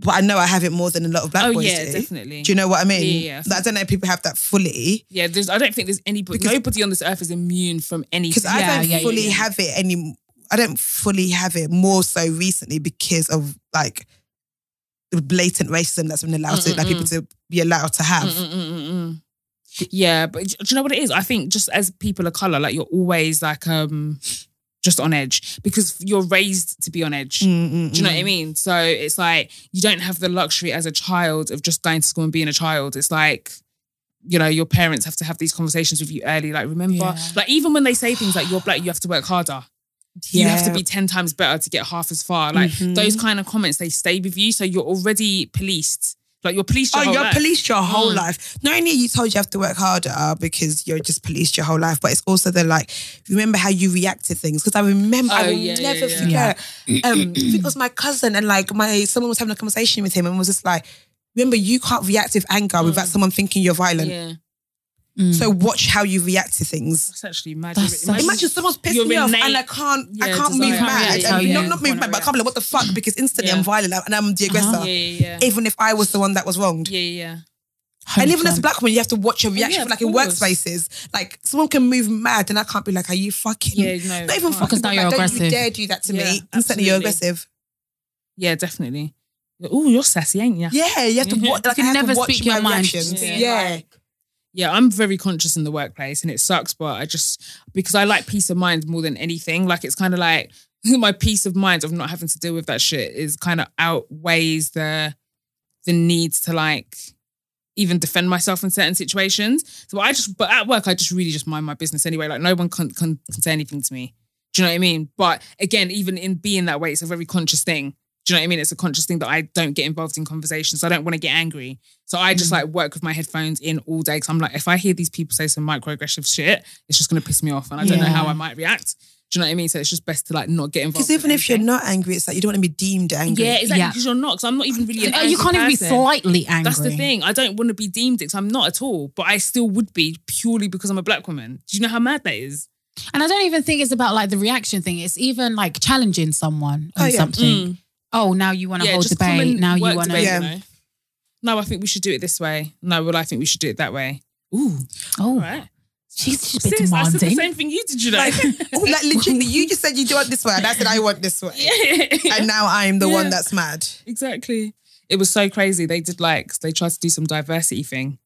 but I know I have it more than a lot of black Oh boys yeah, do. definitely. Do you know what I mean? Yeah, yeah. Like, I don't know if people have that fully. yeah, there's. I don't think there's anybody. Because- nobody on this earth is immune from anything. Because I Yeah, don't yeah, yeah, fully yeah. have it any. I don't fully have it more so recently because of like the blatant racism that's been allowed to like people to be allowed to have. Mm, mm, mm, mm, mm. Yeah, but do you know what it is? I think just as people of color, like you're always like um just on edge because you're raised to be on edge. Mm, mm, Do you know mm. what I mean? So it's like you don't have the luxury as a child of just going to school and being a child. It's like you know your parents have to have these conversations with you early. Like remember, Yeah. like even when they say things like you're black, you have to work harder. You have to Yeah. Mm-hmm. be ten times better to get half as far. Like those kind of comments, they stay with you. So you're already policed. Like you're policed. Your Oh, whole you're life. policed your whole Mm. life. Not only are you told you have to work harder because you're just policed your whole life, but it's also the like, remember how you react to things. Because I remember, I Oh, will yeah, yeah, never yeah. forget. Um, I think it was my cousin, and like my someone was having a conversation with him and was just like, remember, you can't react with anger without someone thinking you're violent. Mm. Yeah, So watch how you react to things. that's actually magic. That's such- Imagine someone's pissed Your me off innate- and I can't, I yeah, desire. can't move You can't mad. And react, yeah. not not You wanna move mad, but I react. can't be like, what the fuck? Because instantly Yeah. Uh-huh. I'm violent and I'm the aggressor. Yeah, yeah, yeah, Even if I was the one that was wronged. yeah, yeah. And even as a 100%. black woman, you have to watch your reaction. Oh, yeah, like of in course. workspaces, like someone can move mad, and I can't be like, "Are you fucking?" Yeah, no, not even you can't. fucking. Because now but, you're like, Don't you aggressive. dare do that to Yeah, me. Instantly, you're absolutely. aggressive. Yeah, definitely. Oh, you're sassy, ain't ya? Yeah, you have to Yeah. watch. Like, You I have never to watch speak your my mind. reactions. Yeah. Yeah. Yeah, I'm very conscious in the workplace and it sucks, but I just, because I like peace of mind more than anything, like it's kind of like [laughs] my peace of mind of not having to deal with that shit is kind of outweighs the the need to like even defend myself in certain situations. So I just, but at work, I just really just mind my business anyway. Like no one can, can, can say anything to me. Do you know what I mean? But again, even in being that way, it's a very conscious thing. Do you know what I mean? It's a conscious thing that I don't get involved in conversations. I don't want to get angry. So I just like work with my headphones in all day. Cause I'm like, if I hear these people say some microaggressive shit, it's just gonna piss me off. And I don't know Yeah. how I might react. Do you know what I mean? So it's just best to like not get involved. Because even in if you're anything. not angry, it's like you don't want to be deemed angry. Yeah, exactly. Yeah. Because you're not. Because I'm not even really an Oh, you angry can't even be person. slightly angry. That's the thing. I don't want to be deemed it. i I'm not at all, but I still would be purely because I'm a black woman. Do you know how mad that is? And I don't even think it's about like the reaction thing. It's even like challenging someone on Oh, yeah. Mm. something. Oh, now you want to hold debate. common Now you work want to. debate, Yeah. know? No, I think we should do it this way. No, well, I think we should do it that way. Ooh, Oh, all right. she's just a bit Sis, I said the demanding. same thing you did, you know. [laughs] Like, oh, like literally, you just said you do want this way, and I said I want this way, [laughs] yeah, and now I'm the one Yeah. that's mad. exactly. It was so crazy. They did like they tried to do some diversity thing,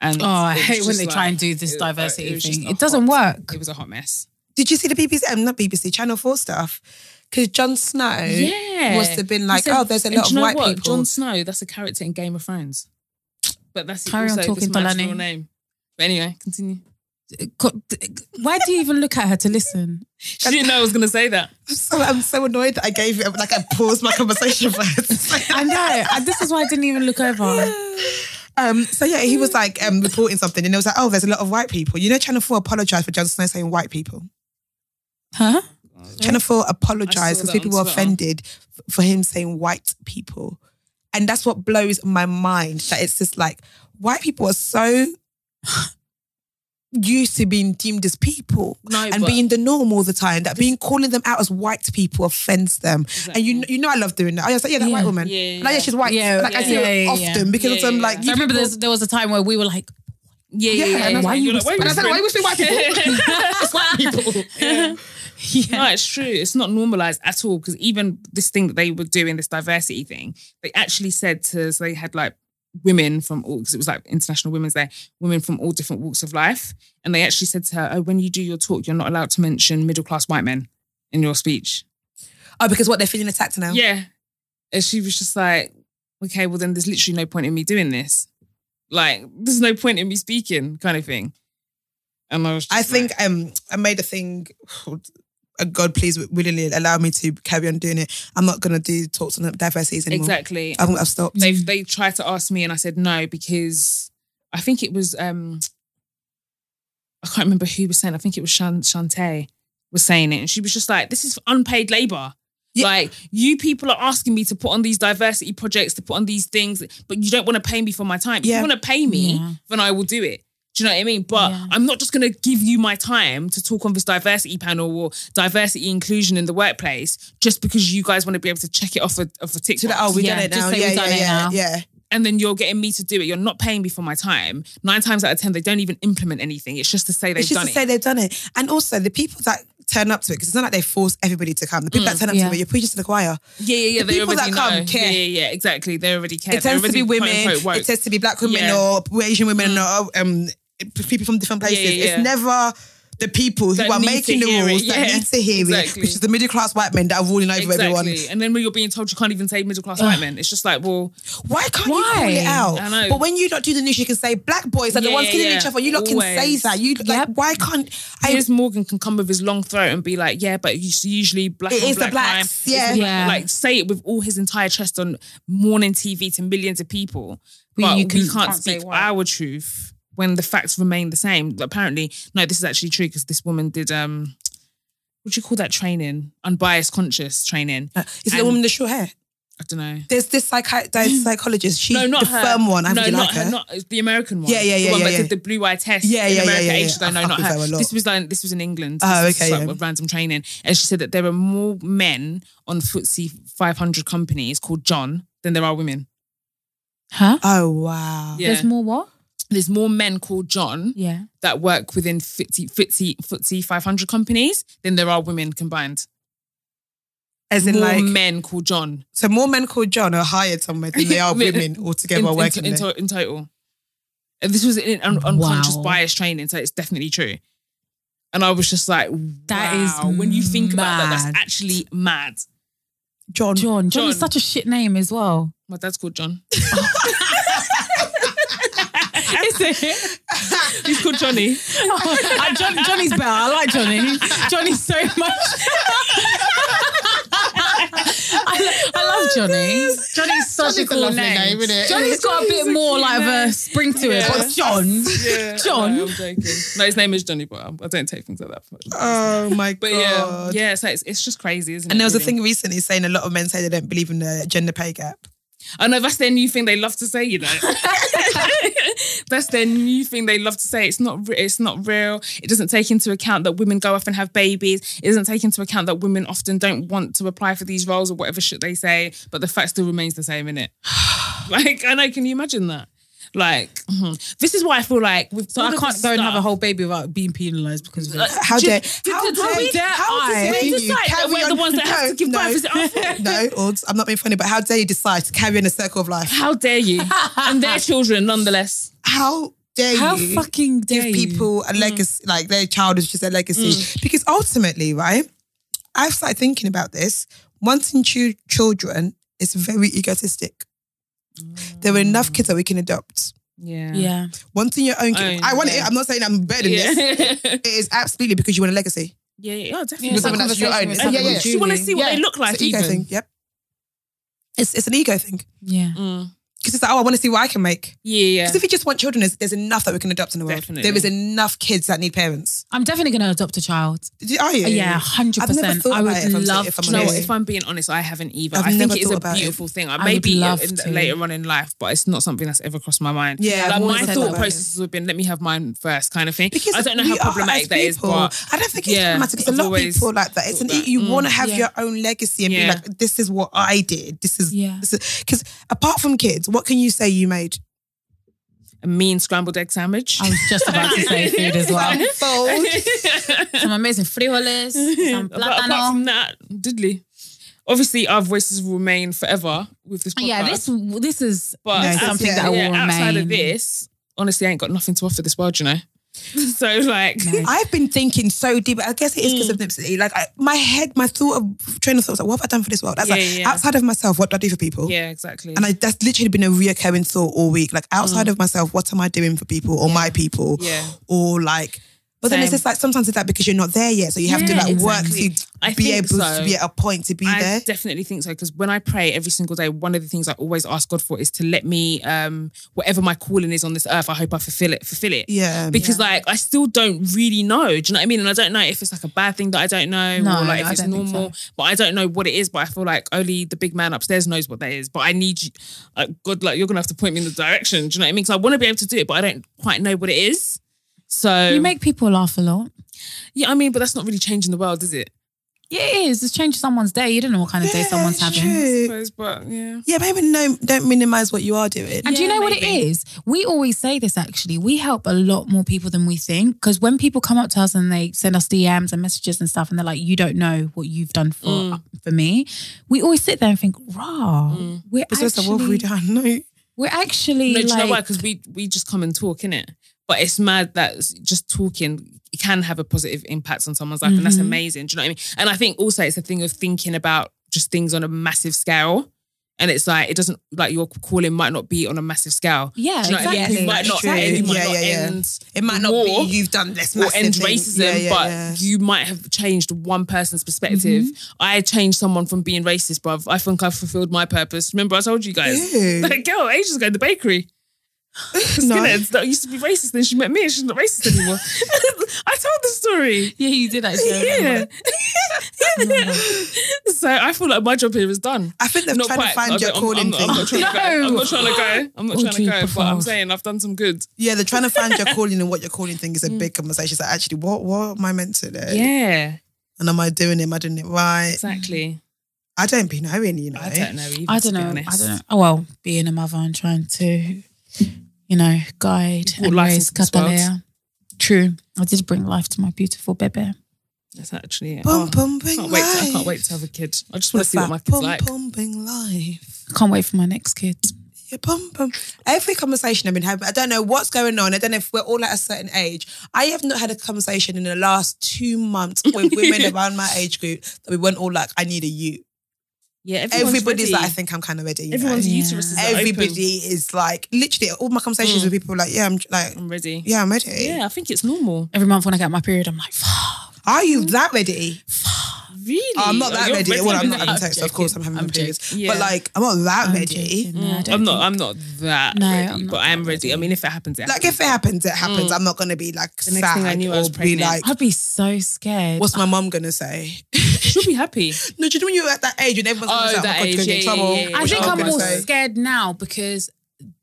and Oh, I it was hate when just they try like- and do this it- uh, diversity it was just thing. a It doesn't hot- work. It was a hot mess. Did you see the BBC? Um, not BBC, Channel Four stuff. Because Jon Snow Yeah. must have been like, He said- oh, there's a and lot do you of know white what? people. Jon Snow, that's a character in Game of Thrones. But that's Carry on also talking, this man's Delaney. real name. But anyway, continue. God, Why do you even look at her to listen? She didn't know I was going to say that. So [laughs] I'm so annoyed that I gave it. Like I paused my conversation [laughs] first. I know. And this is why I didn't even look over. Um, so yeah, he was like um, reporting something, and it was like, oh, there's a lot of white people. You know, Channel Four apologized for Jon Snow saying white people. Huh? Channel Four I apologized saw because that people were on Twitter. offended f- for him saying white people, and that's what blows my mind. That it's just like white people [sighs] are so used to being deemed as people No, and but- being the norm all the time that being calling them out as white people offends them. And you kn- you know, I love doing that. I was like, yeah, that Yeah. white woman. Yeah, yeah, like, yeah, yeah. she's white. Yeah, like I yeah, see yeah, it yeah, yeah. often because Yeah, of some yeah, like. yeah. I you remember people- there's, there was a time where we were like, Yeah, yeah, Yeah, yeah. and I was yeah. like, You're why you like, And I said, why you whispering? whispering [laughs] white people? It's white people. yeah. No, it's true. It's not normalized at all because even this thing that they were doing, this diversity thing, they actually said to so they had like women from all because it was like International Women's Day, women from all different walks of life, and they actually said to her, "Oh, when you do your talk, you're not allowed to mention middle class white men in your speech." Oh, because what they're feeling attacked now. Yeah, and she was just like, "Okay, well then, there's literally no point in me doing this. Like, there's no point in me speaking, kind of thing." And I was, just I think like, um I made a thing. uh, God, please willingly allow me to carry on doing it. I'm not gonna do talks on diversities anymore. exactly. I think I've stopped. they they tried to ask me and I said no because I think it was um I can't remember who was saying I think it was Shan- Shantae was saying it and she was just like this is unpaid labor Yeah. like you people are asking me to put on these diversity projects to put on these things but you don't want to pay me for my time if Yeah. you want to pay me Yeah. then I will do it do you know what I mean? But Yeah. I'm not just going to give you my time to talk on this diversity panel or diversity inclusion in the workplace just because you guys want to be able to check it off a, off a tick So that box oh we've Yeah, done it just now. say Yeah, we've yeah, done it yeah, now. yeah. and then you're getting me to do it. You're not paying me for my time. Nine times out of ten, they don't even implement anything. It's just to say they've It's just done to say it. they've done it. And also the people that turn up to it, because it's not like they force everybody to come. The people Mm, that turn up yeah. to it, you're preaching to the choir. Yeah, yeah, yeah. The they people already that come know. care. Yeah, yeah, yeah, exactly. They already care. It tends They're to be already, women. quote, unquote, woke. It tends to be black women Yeah. Mm. or Asian women or um, people from different places. yeah, yeah. It's never the people who That are need to making the hear it. rules that Yeah. need to hear Exactly. it, which is the middle class white men that are ruling over exactly. everyone. And then when you're being told you can't even say middle class white men, it's just like, well, Why can't Why? you call it out? I know. But when you not do the news, you can say black boys are the Yeah, ones yeah, killing yeah. each other. You lot can say Always. that. You like Yep. why can't I? Piers Morgan can come with his long throat and be like, yeah, but it's usually black. It on is the black blacks, crime. yeah. It's black- Yeah. Like say it with all his entire chest on morning TV to millions of people. We- But you can- we can't can't say speak why. our truth when the facts remain the same. Apparently, no, this is actually true because this woman did um, what do you call that training? Unbiased conscious training. I Is it the And- woman with the short hair? don't know. There's this psychi- there's psychologist. She No, not the her. firm one. I no, really not like her. Not the American one. Yeah, yeah, yeah, The one yeah, that yeah. did the blue eye test. Yeah, in yeah, yeah, America, yeah, yeah. Asia, though, I no, fuck not with her a her. lot. This was like this was in England. Oh, This was okay, like yeah. with random training, and she said that there are more men on FTSE 500 companies called John than there are women. Huh? Oh wow. Yeah. There's more what? There's more men called John Yeah. that work within FTSE, FTSE, FTSE 500 companies than there are women combined. As in more like men called John so more men called John are hired somewhere than [laughs] they are Men- women altogether in, working in, there. to- in total. And this was in un- unconscious Wow. bias training, so it's definitely true. And I was just like, That is wow, when you think about that, mad. that's actually mad. John. John. John is John. such a shit name as well. My dad's called John. [laughs] [laughs] Is it? He's called Johnny. [laughs] I- John, Johnny's better. I like Johnny. [laughs] Oh, Johnny so much. I, lo- I love Johnny. Johnny's such a Johnny's a cool lovely name. name, innit? Johnny's got a bit more like of a spring to it. Yeah. But John. Yeah, John. No, I'm joking. No, his name is Johnny, but I'm- I don't take things like that. For Oh my but yeah, god. yeah. So it's, it's just crazy, isn't it? And there was a really? thing recently saying a lot of men say they don't believe in the gender pay gap. I know that's their new thing they love to say, [laughs] you know. that's their new thing they love to say. It's not re- it's not real. It doesn't take into account that women go off and have babies. It doesn't take into account that women often don't want to apply for these roles or whatever shit they say, but the fact still remains the same, [sighs] innit? like, I know, can you imagine that? Like, mhm. this is why I feel like with So all I of can't this go and stuff- have a whole baby without being penalised because of it. How dare? Did- how did- dare? did we- how dare dare we you decide that carry we're the on- ones that have No, to give no, birth? Is it our fault? [laughs] No, Ords, I'm not being funny, but how dare you decide to carry on a circle of life? How dare you? and [laughs] their children, nonetheless. How dare How you fucking give dare you? people a legacy, like their child is just a legacy? Because ultimately, right, I've started thinking about this. Wanting two children is very egotistic. There are enough kids that we can adopt. Yeah. Yeah. Wanting your own kid. Own, I want it. yeah. I'm not saying I'm better than Yeah. this. [laughs] yeah, It is absolutely because you want a legacy. yeah, uh, oh, definitely. With someone that's your own. It's Yeah, yeah, like yeah. with You want to Julie. see what yeah. they look like, it's an ego even. thing. Yep. It's, it's an ego thing. Yeah. Mm. Because it's like, oh, I want to see what I can make. Yeah, Because if you just want children, there's, there's enough that we can adopt in the world. Definitely. There is enough kids that need parents. I'm definitely going to adopt a child. Do- Are you? Yeah, 100%. I've never thought I would about it, if I'm- love if I'm Do to. you know honest. what? If I'm being honest, I haven't either. I've i think never it is thought a about it. beautiful thing. I would maybe love in, to. later on in life, but it's not something that's ever crossed my mind. Yeah, I've like always my said thought about it. processes have been, let me have mine first, kind of thing. Because I don't know we how are, problematic as that is, people- but I don't think it's yeah, problematic because I've a lot of always people like that. It's an thought that. Mm, you want to have yeah. your own legacy and Yeah. be like, this is what I did. This is Yeah. because apart from kids, what can you say [laughs] you made? a mean scrambled egg sandwich. I was just about to say [laughs] food as well. Fold. Some amazing frijoles, some But apart plátano. from that, diddly. Obviously, our voices will remain forever with Oh, this podcast. Yeah, this this is but No, as- something that will yeah, outside remain. of this, honestly, I ain't got nothing to offer this world, you know. [laughs] so like, No. I've been thinking so deep. I guess it is because of Mm. Nipsey. Like I, my head, my thought of train of thought was like, what have I done for this world? That's Yeah, like yeah. outside of myself, what do I do for people? yeah, exactly. And I, that's literally been a reoccurring thought all week. Like outside of myself, what am I doing for people or my people? Yeah. Or like, but then it's Same. just like sometimes it's like because you're not there yet, so you have to Yeah, like exactly. work to I be think able to so. be at a point to be I there. definitely think so because when I pray every single day, one of the things I always ask God for is to let me, um, whatever my calling is on this earth, I hope I fulfill it. Fulfill it. Yeah. Because like I still don't really know. Do you know what I mean? And I don't know if it's like a bad thing that I don't know, No, or like no, if I it's don't think normal. But I don't know what it is. But I feel like only the big man upstairs knows what that is. But I need you, like God, like you're gonna have to point me in the direction. Do you know what I mean? Because I want to be able to do it, but I don't quite know what it is. So You make people laugh a lot. yeah, I mean, but that's not really changing the world, is it? Yeah, it is. It's changed someone's day. You don't know what kind of day Yeah, it's someone's having. true. I suppose, but yeah. Yeah, maybe no, don't minimize what you are doing. And do you Yeah, know what it maybe. is? We always say this actually. We help a lot more people than we think because when people come up to us and they send us DMs and messages and stuff, and they're like, "You don't know what you've done for Mm. for me," we always sit there and think, "Rah, we're It's just like, what have we actually done? No. we're actually No, do you know why? like." Because we we just come and talk, innit? But it's mad that s- just talking can have a positive impact on someone's life, and that's Mm-hmm. amazing. Do you know what I mean? And I think also it's a thing of thinking about just things on a massive scale. And it's like it doesn't like your calling might not be on a massive scale. Yeah, Do you know what I mean? exactly. You might not, True. end, you might Yeah, not yeah, yeah. end It might not war be you've done this or massive end thing. racism, Yeah, yeah, but yeah. Mm-hmm. you might have changed one person's perspective. I changed someone from being racist, bruv. I think I fulfilled my purpose. Remember, I told you guys Ew. [laughs] that girl ages ago in the [laughs] bakery. [laughs] No. Skinheads that used to be racist, then she met me and she's not racist anymore. [laughs] I told the story. yeah, you [laughs] did actually. I remember. Yeah. [laughs] so I feel like my job here is done. I think they're Not trying quite. to find I'm- your I'm- calling I'm, thing. Oh, I'm not trying to go. I'm [laughs] not trying to go. I'm not Audrey, trying to go. But por I'm favor. saying I've done some good. Yeah, they're trying to find your calling and what your calling thing is a big conversation. It's like, actually, what what am I meant to do? Yeah, And am I doing it? Am I doing it right? exactly. I don't be knowing, you know. I don't know. Either, I to don't be know. I honest. don't know. Oh well, being a mother and trying to, you know, guide brought and life raise into this world. Catalea. True, I did bring life to my beautiful baby. That's actually. Bum, oh, bum, I bing, can't wait. To, I life. can't wait to have a kid. I just want to What's see what that? my kid's bum, like. Bum, bing, life. Can't wait for my next kid. Yeah, bum, bum. Every conversation I've been having, I don't know what's going on. I don't know if we're all at a certain age. I have not had a conversation in the last two months [laughs] with women around my age group that we weren't all like, I need a you. Yeah, everyone's Everybody's ready. like, I think I'm kind of ready. You Everyone's know? Yeah. uterus is Everybody Open. Mm. is like, literally, all my conversations with people are like, yeah, I'm like, I'm ready. yeah, I'm ready. Yeah, I think it's normal. Mm. Every month when I get my period, I'm like, fuck. Are you that ready? Really? Oh, I'm not that You're ready. Well, I'm ready. not having sex, of course. I'm having I'm my periods. joking. But Yeah. like, I'm not that I'm ready. joking. No, I don't Mm, I'm think- not. I'm not that No, ready, I'm not but I am ready. I mean, if it happens, it Like, if it happens, it happens. I'm not going to be like Mm. next sad thing I knew, or I was be pregnant. [laughs] like, I'd be so scared. what's my mom going to say? [laughs] happens. she'll be happy. No, do you know when you're at that age and everyone's Oh, going to say, oh, that my God, you're age, going to get in yeah, yeah, trouble? yeah, yeah. I think What I'm I'm more gonna say. scared now because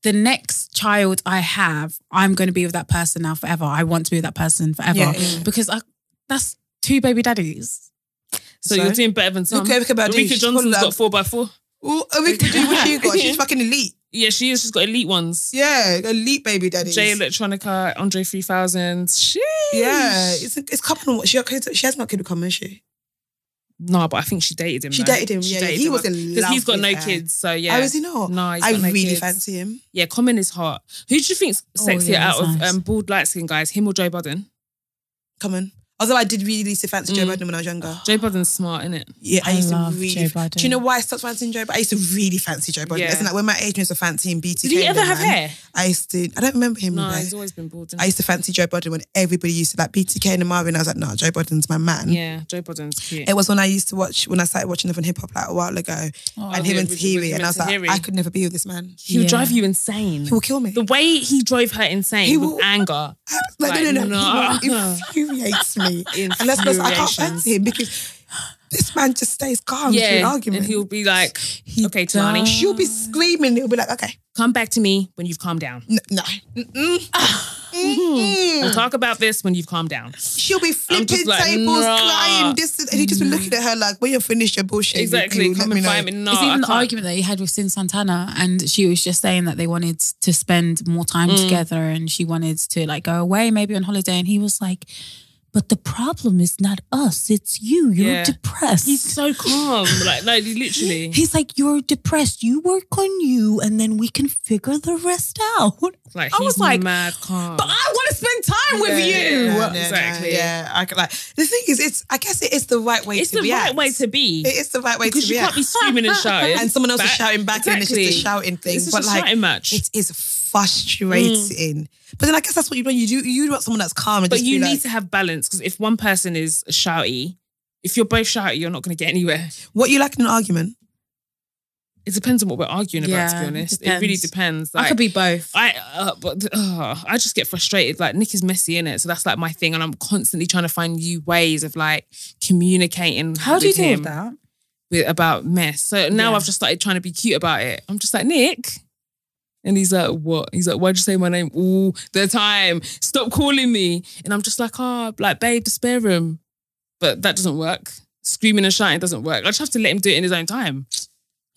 the next child I have, I'm going to be with that person now forever. I want to be with that person forever Yeah, yeah. because I, that's two baby daddies. So, So? you're doing better than some. Look at Erica Badu. Rika She's Johnson's full got of- four by four. Well, Erykah Badu, what she [laughs] got? She's fucking elite. Yeah, she is. She's got elite ones. Yeah, elite baby daddy. J Electronica, Andre 3000. Sheesh. Yeah, it's it's couple. She she has not kid with Common, has she? No, but I think she dated him. She though. dated him, yeah, yeah. dated He him. was in Because he's love got with no her. kids. So yeah. Oh, is he not? No, he's I got no really kids. fancy him. Yeah, Common is hot. Who do you think's Oh, sexier yeah, out of he's nice. um, bald light skinned guys, him or Joe Budden? Common. Although I did really used to fancy Mm. Joe Biden when I was younger. Joe Budden's smart, isn't it? Yeah, I, I used love to really. Joe Biden. Do you know why I stopped fancying Joe? Biden? I used to really fancy Joe Biden. Yeah. Isn't that when my age mates were fancying BTK? Did he ever man, have hair? I used to. I don't remember him. No, with hair. he's always been bald. isn't I he? used to fancy Joe Biden when everybody used to like BTK and Marvin. I was like, no, Joe Biden's my man. Yeah, Joe Budden's cute. It was when I used to watch when I started watching Love and Hip Hop like a while ago, and him yeah, and with- with Tahiri, him and and I was like, Tahiri. I could never be with [laughs] this man. He would Yeah. drive you insane. He will kill me. The way he drove her insane He with will- anger. [laughs] like, no, no, Like, [laughs] no. He no. [laughs] infuriates me. and that's because I can't fancy him because this man just stays calm through an Yeah, argument. and he'll be like, He "Okay, Tani, does. She'll be screaming. He'll be like, okay, come back to me when you've calmed down. n- no. Mm-mm. Mm-mm. We'll talk about this when you've calmed down." She'll be flipping just like, tables, nah. crying, this, and he'll just be looking at her like, when you're finished your bullshit, you- Exactly. you come let me and know. find me. No, it's Oh, I even the can't. argument that he had with Sin Santana, and she was just saying that they wanted to spend more time Mm. together, and she wanted to like go away, maybe on holiday, and he was like, "But the problem is not us; it's you. You're Yeah. depressed." He's so calm. Like, no, literally. He's like, you're depressed. You work on you, and then we can figure the rest out. [laughs] Like, I he's was like, mad calm. but I want to spend time with you. Yeah, Yeah, no, no, exactly. yeah, I could, like the thing is, it's. I guess it is the right way. it's to the react. right way to be. It is the right way Because to you react. can't be screaming and shouting. and someone else is back. shouting back, and then it's just a Exactly. shouting thing. It's just but a like, shouting match. it is frustrating. But then I guess that's what you want. You do. You want someone that's calm Mm. and But just you be need like, to have balance because if one person is shouty, if you're both shouty, you're not going to get anywhere. what you like in an argument. It depends on what we're arguing about. To Yeah, be it honest, it, really depends. depends. I Like, could be both. I uh, but uh, I just get frustrated. Like Nick is messy in it, so that's like my thing, and I'm constantly trying to find new ways of like communicating. with him [laughs] that? With, about mess? So now Yeah. I've just started trying to be cute about it. I'm just like Nick, and he's like, "What?" He's like, "Why'd you say my name all the time? Stop calling me!" And I'm just like, "Oh, like babe, the spare room," but that doesn't work. Screaming and shouting doesn't work. I just have to let him do it in his own time.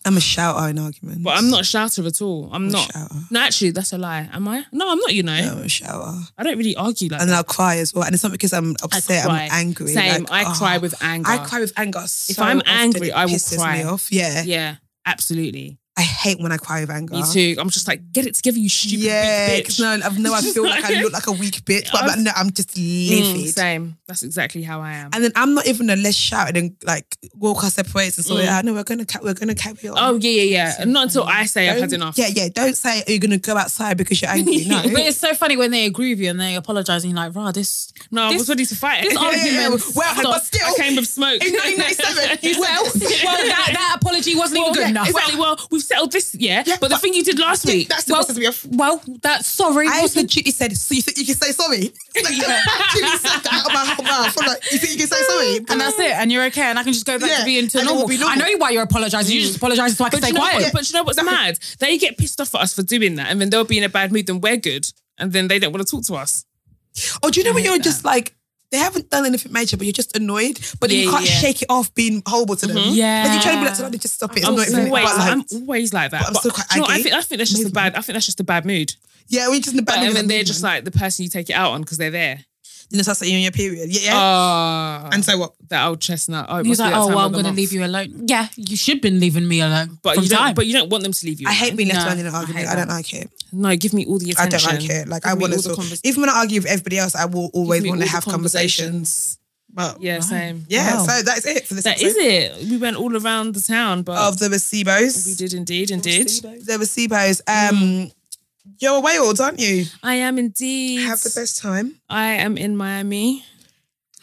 I'm a shouter in arguments. But I'm not a shouter at all. I'm I'm not. A shouter. No, actually, that's a lie. Am I? No, I'm not. You know, Yeah, I'm a shouter, I don't really argue like and that. I'll cry as well. And it's not because I'm upset. cry. I'm angry. Same. Like, I oh, cry with anger. I cry with anger. So I'm often, angry, it I will pisses cry. Me off. Yeah. Yeah, absolutely. I hate when I cry with anger. Me too. I'm just like, get it together, you stupid Yeah, weak 'cause bitch. no, [laughs] I've no, I feel like I look like a weak bitch, but I'm like, no, I'm just Mm, livid. same. That's exactly how I am. And then I'm not even a less shouted and like walk our separates and so yeah, no, we're gonna ca- we're gonna carry on. Mm. oh yeah, yeah, yeah. Not until I say I've Don't- had enough. Yeah, yeah. Don't say are you gonna go outside because you're [laughs] angry. No. But it's so funny when they agree with you and they apologize and you're like, [laughs] rah, this. No, I This- was ready to fight. [laughs] this Yeah, yeah, yeah. arguments. Well, but Stop. still I came with smoke. [laughs] [laughs] [laughs] in 1997, well, well, that, that apology wasn't even good enough. Exactly. Well, we've settled this, yeah. Yeah, but the but- thing you did last yeah, week. that's the process we have. [laughs] Well, that sorry I wasn't legitly said, so you think you can [laughs] say sorry? [laughs] Like, I actually said that out of my whole mouth. I'm like, you think you can say sorry? and that's it, and you're okay, and I can just go back Yeah, to being too and it will normal. be normal. I know why you're apologising. You just apologise so I can But stay you, know quiet. what, but you know what's mad? They get pissed off at us for doing that, and then they'll be in a bad mood, and we're good, and then they don't want to talk to us. Or Oh, do you know when you're just like, they haven't done anything major, but you're just annoyed, but then you Yeah, can't yeah. Mm-hmm. shake it off being horrible to them. Yeah. Like you try to be like, so they just stop it. It's I'm not always, even, but like, Oh, I'm always like that. but I'm still quite do you know what? I aggy. think I think that's just a bad. I think that's just a bad mood. yeah, we're just in the back. and then they're just like the person you take it out on because they're there. you know, so that's like, you're in your period. Yeah, yeah. Oh, and so what? that old chestnut. Oh, it He was must be like, that "Oh time well, of I'm the going to month." leave you alone." Yeah, you should been leaving me alone But from you don't. time. But you don't want them to leave you. I alone. hate being left No, alone in an I argument. hate I, don't like it. No, give me all the I attention. don't like it. Like Give I me want all to the talk. convers- Even when I argue with everybody else, I will always me want all to the have conversations. But Yeah, same. yeah, Wow. so that's it for this. That is it. We went all around the town, but of the Recibos. we Mm. did indeed, indeed. The Recibos. Um, you're away all, aren't you? I am indeed. Have the best time. I am in Miami.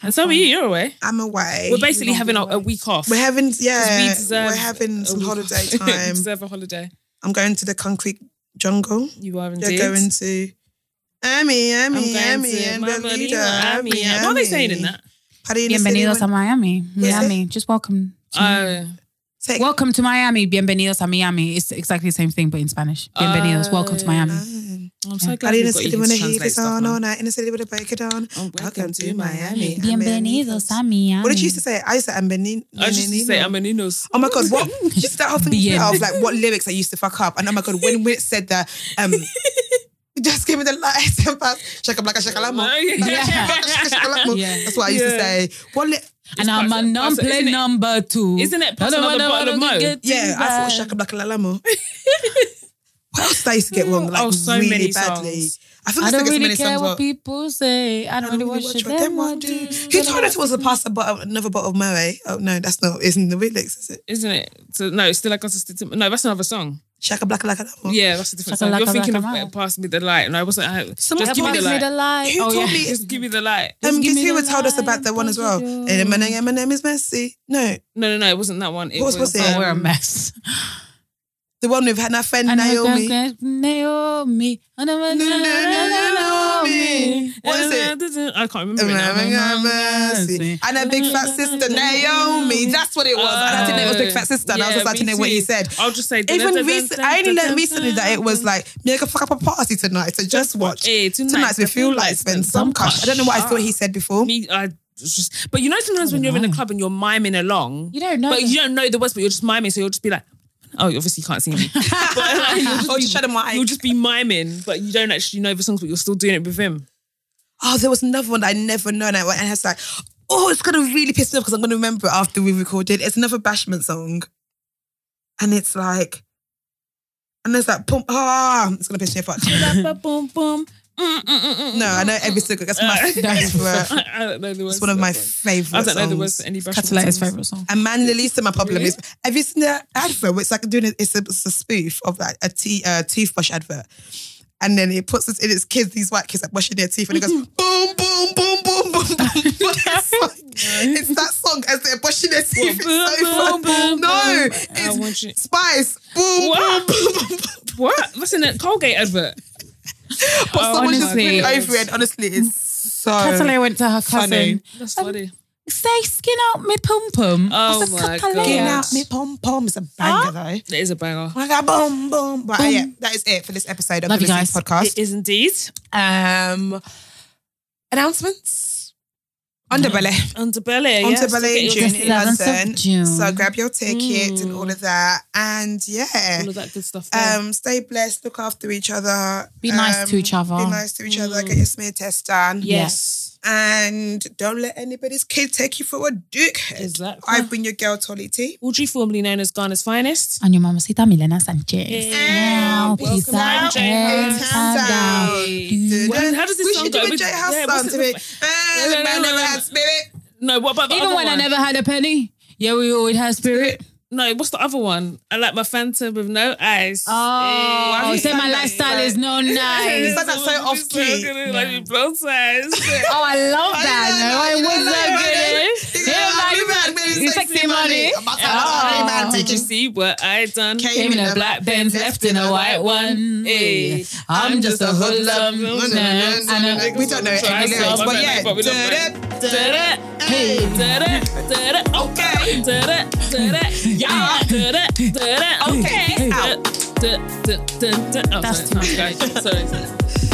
And so are you. You're away. I'm away. We're basically won't having be a, a away. week off. We're having yeah, we deserve we're having um, some a week [laughs] holiday off. we time. deserve a holiday. I'm going to the concrete jungle. You are They're indeed. going to Ami, I'm Ami, going Ami, to and Mamma the Mia, leader. Mamma Ami, Mia. What are they Ami. saying in that? Party in the city, Bienvenidos a when- Miami. Yeah. Miami. Just welcome. To Oh, take- Welcome to Miami. Bienvenidos a Miami. It's exactly the same thing, but in Spanish. Uh, Bienvenidos. welcome to Miami. Um, I'm so glad Party in we've the got city you when to the heat translate is stuff. on all man. night. In the city with a break it on. Oh, Welcome to Miami. Bienvenidos a Miami. What did you used to say? I used to say Ambenin. I just used to say, Benino. I'm a Ninos. Oh my god, [laughs] what just that whole thing Bien. of like what lyrics I used to fuck up. And oh my god, when Wit said that, [laughs] um just give me the lights and pass shaka blaka shaka lamo. [laughs] Yeah. Yeah. That's what I used to Yeah. say. What li- And I'm a Paso- number Paso, isn't it- number two. isn't it Paso Hello, number hello, bottle of hello, Mo? good yeah, I thought things, shaka blaka [laughs] lamo. what else did I used to get wrong? Like Oh, so really many badly. songs. I think I I still get don't so really many care songs what wrong. people say. I don't really watch what them want to do. Who told us it was a pass a bottle, another bottle of Moe? Oh no, that's not. Isn't the lyrics? Is it? Isn't it? So, no, it's still like consistent. No, that's another song. Shaka blaka laka lamo. Yeah, that's a different Shaka song. You're laka thinking laka of mao. uh, Pass Me the Light, and I wasn't. I, Someone just give me the promised light. light. Who oh, told [laughs] yeah. me Just give me the light. Um, guess give me who the had told us about light, that one as well? don't you Eh, My name, my name is Messi. No, No, no, no, it wasn't that one. It What was, was- what's it? Oh, we're a um, mess. the one with Hannah friend And [laughs] her Naomi. girl's girl, Naomi. And I'm a- Na- na- na- Naomi. What is it? [laughs] I can't remember. Oh, it my now. God, Mercy. And her big fat sister Naomi. That's what it was. And I didn't know it was big fat sister. And I was Yeah, just like to me know what he too. Oh, said. I'll just say. Even recent, I only learned recently that it was like, "Make a fuck up a party tonight." So just watch. Eh, Tonight's with few lights, spend some cash. I don't know what I thought he said before. Me, I just. But you know, sometimes when you're in a Mm-hmm. club and you're miming along, You don't know. but the- you don't know the words, but you're just miming, so you'll just be like, "Oh, you obviously can't see [laughs] me." but like, you'll just Or be- just try to mic. You'll just be miming, but you don't actually know the songs, but you're still doing it with him. Oh, there was another one that I never know, and I and I was like, "Oh, it's gonna really piss me off because I'm gonna remember it after we recorded." It's another bashment song, and it's like, and it's like, pump, ah, it's gonna piss me off. boom, boom. Mm, mm, mm, mm, [laughs] no, I know every single. [laughs] That's my favorite. I don't know the words. It's one of to my that one. favorite. I don't know the songs. words to any Bashment Catella's songs. favorite song. And man, Lisa, my problem is, have you seen the advert? It's like doing it. It's a, it's a spoof of like a tea, uh, toothbrush advert. And then it puts us in its kids, these white kids, like brushing their teeth, and it [laughs] goes boom, boom, boom, boom, [laughs] boom, boom. boom. It's, like- it's that song as they're brushing their teeth. [laughs] It's Boom, so boom, fun. boom, no, boom. I it's want you- Spice. Boom, What? boom, [laughs] boom, boom, boom. What? That's in a Colgate advert. But someone just honestly, went over it. Honestly, it's so. Catalina went to her cousin. Funny. That's funny. Say, skin out me pum pum. Oh I said, my Catalina. Getting God. out me pom pom is a banger though. That is a banger. I got boom, boom. But uh, yeah, that is it for this episode of Love the you Lizzie's guys. podcast. It is indeed. Um, announcements. Underbelly. Underbelly. Mm. yes. Underbelly in Get your- June in 11th of London. June. So grab your ticket and Mm. all of that. And yeah. All of that good stuff. there. Um, stay blessed, look after each other. Be nice um, to each other. Be nice to each other, Mm. get your smear test done. yes. And don't let anybody's kid take you for a dickhead. Exactly. I've been your girl, Tolly T. Audrey, formerly known as Ghana's finest. And your mamacita Milena Sanchez. Now, Welcome peace out, out, J House hands down. Well, how does this we song should go? do a With- J House yeah, what's song it to me. look Ah, No, no, the man no, never no. had spirit. No, what about the Even other when I one? never had a penny, yeah, we always had spirit. No, what's the other one? I like my Fanta with no eyes. Oh, have you say my done that? lifestyle is no You nice. said that so off key. Like you both sides. Oh, I love I that. No, it know, was I know, I know. so good. eh? Yeah, Yeah, I like- remember when you it's sexy money. I'm about to have a Oh. money man Did you taking see what I done? Came Came in a black Benz, left in a white one. eh, Hey, I'm just a hoodlum. No, no, no, And a- We don't know Try any some, lyrics, but okay, yeah. but we don't Da-da, da-da. Da-da, hey, da-da, da-da, okay. Da-da, da-da, yeah. Da-da, da-da, okay. Out. Da- da- da- da- oh, That's sorry, sorry, guys. Sorry.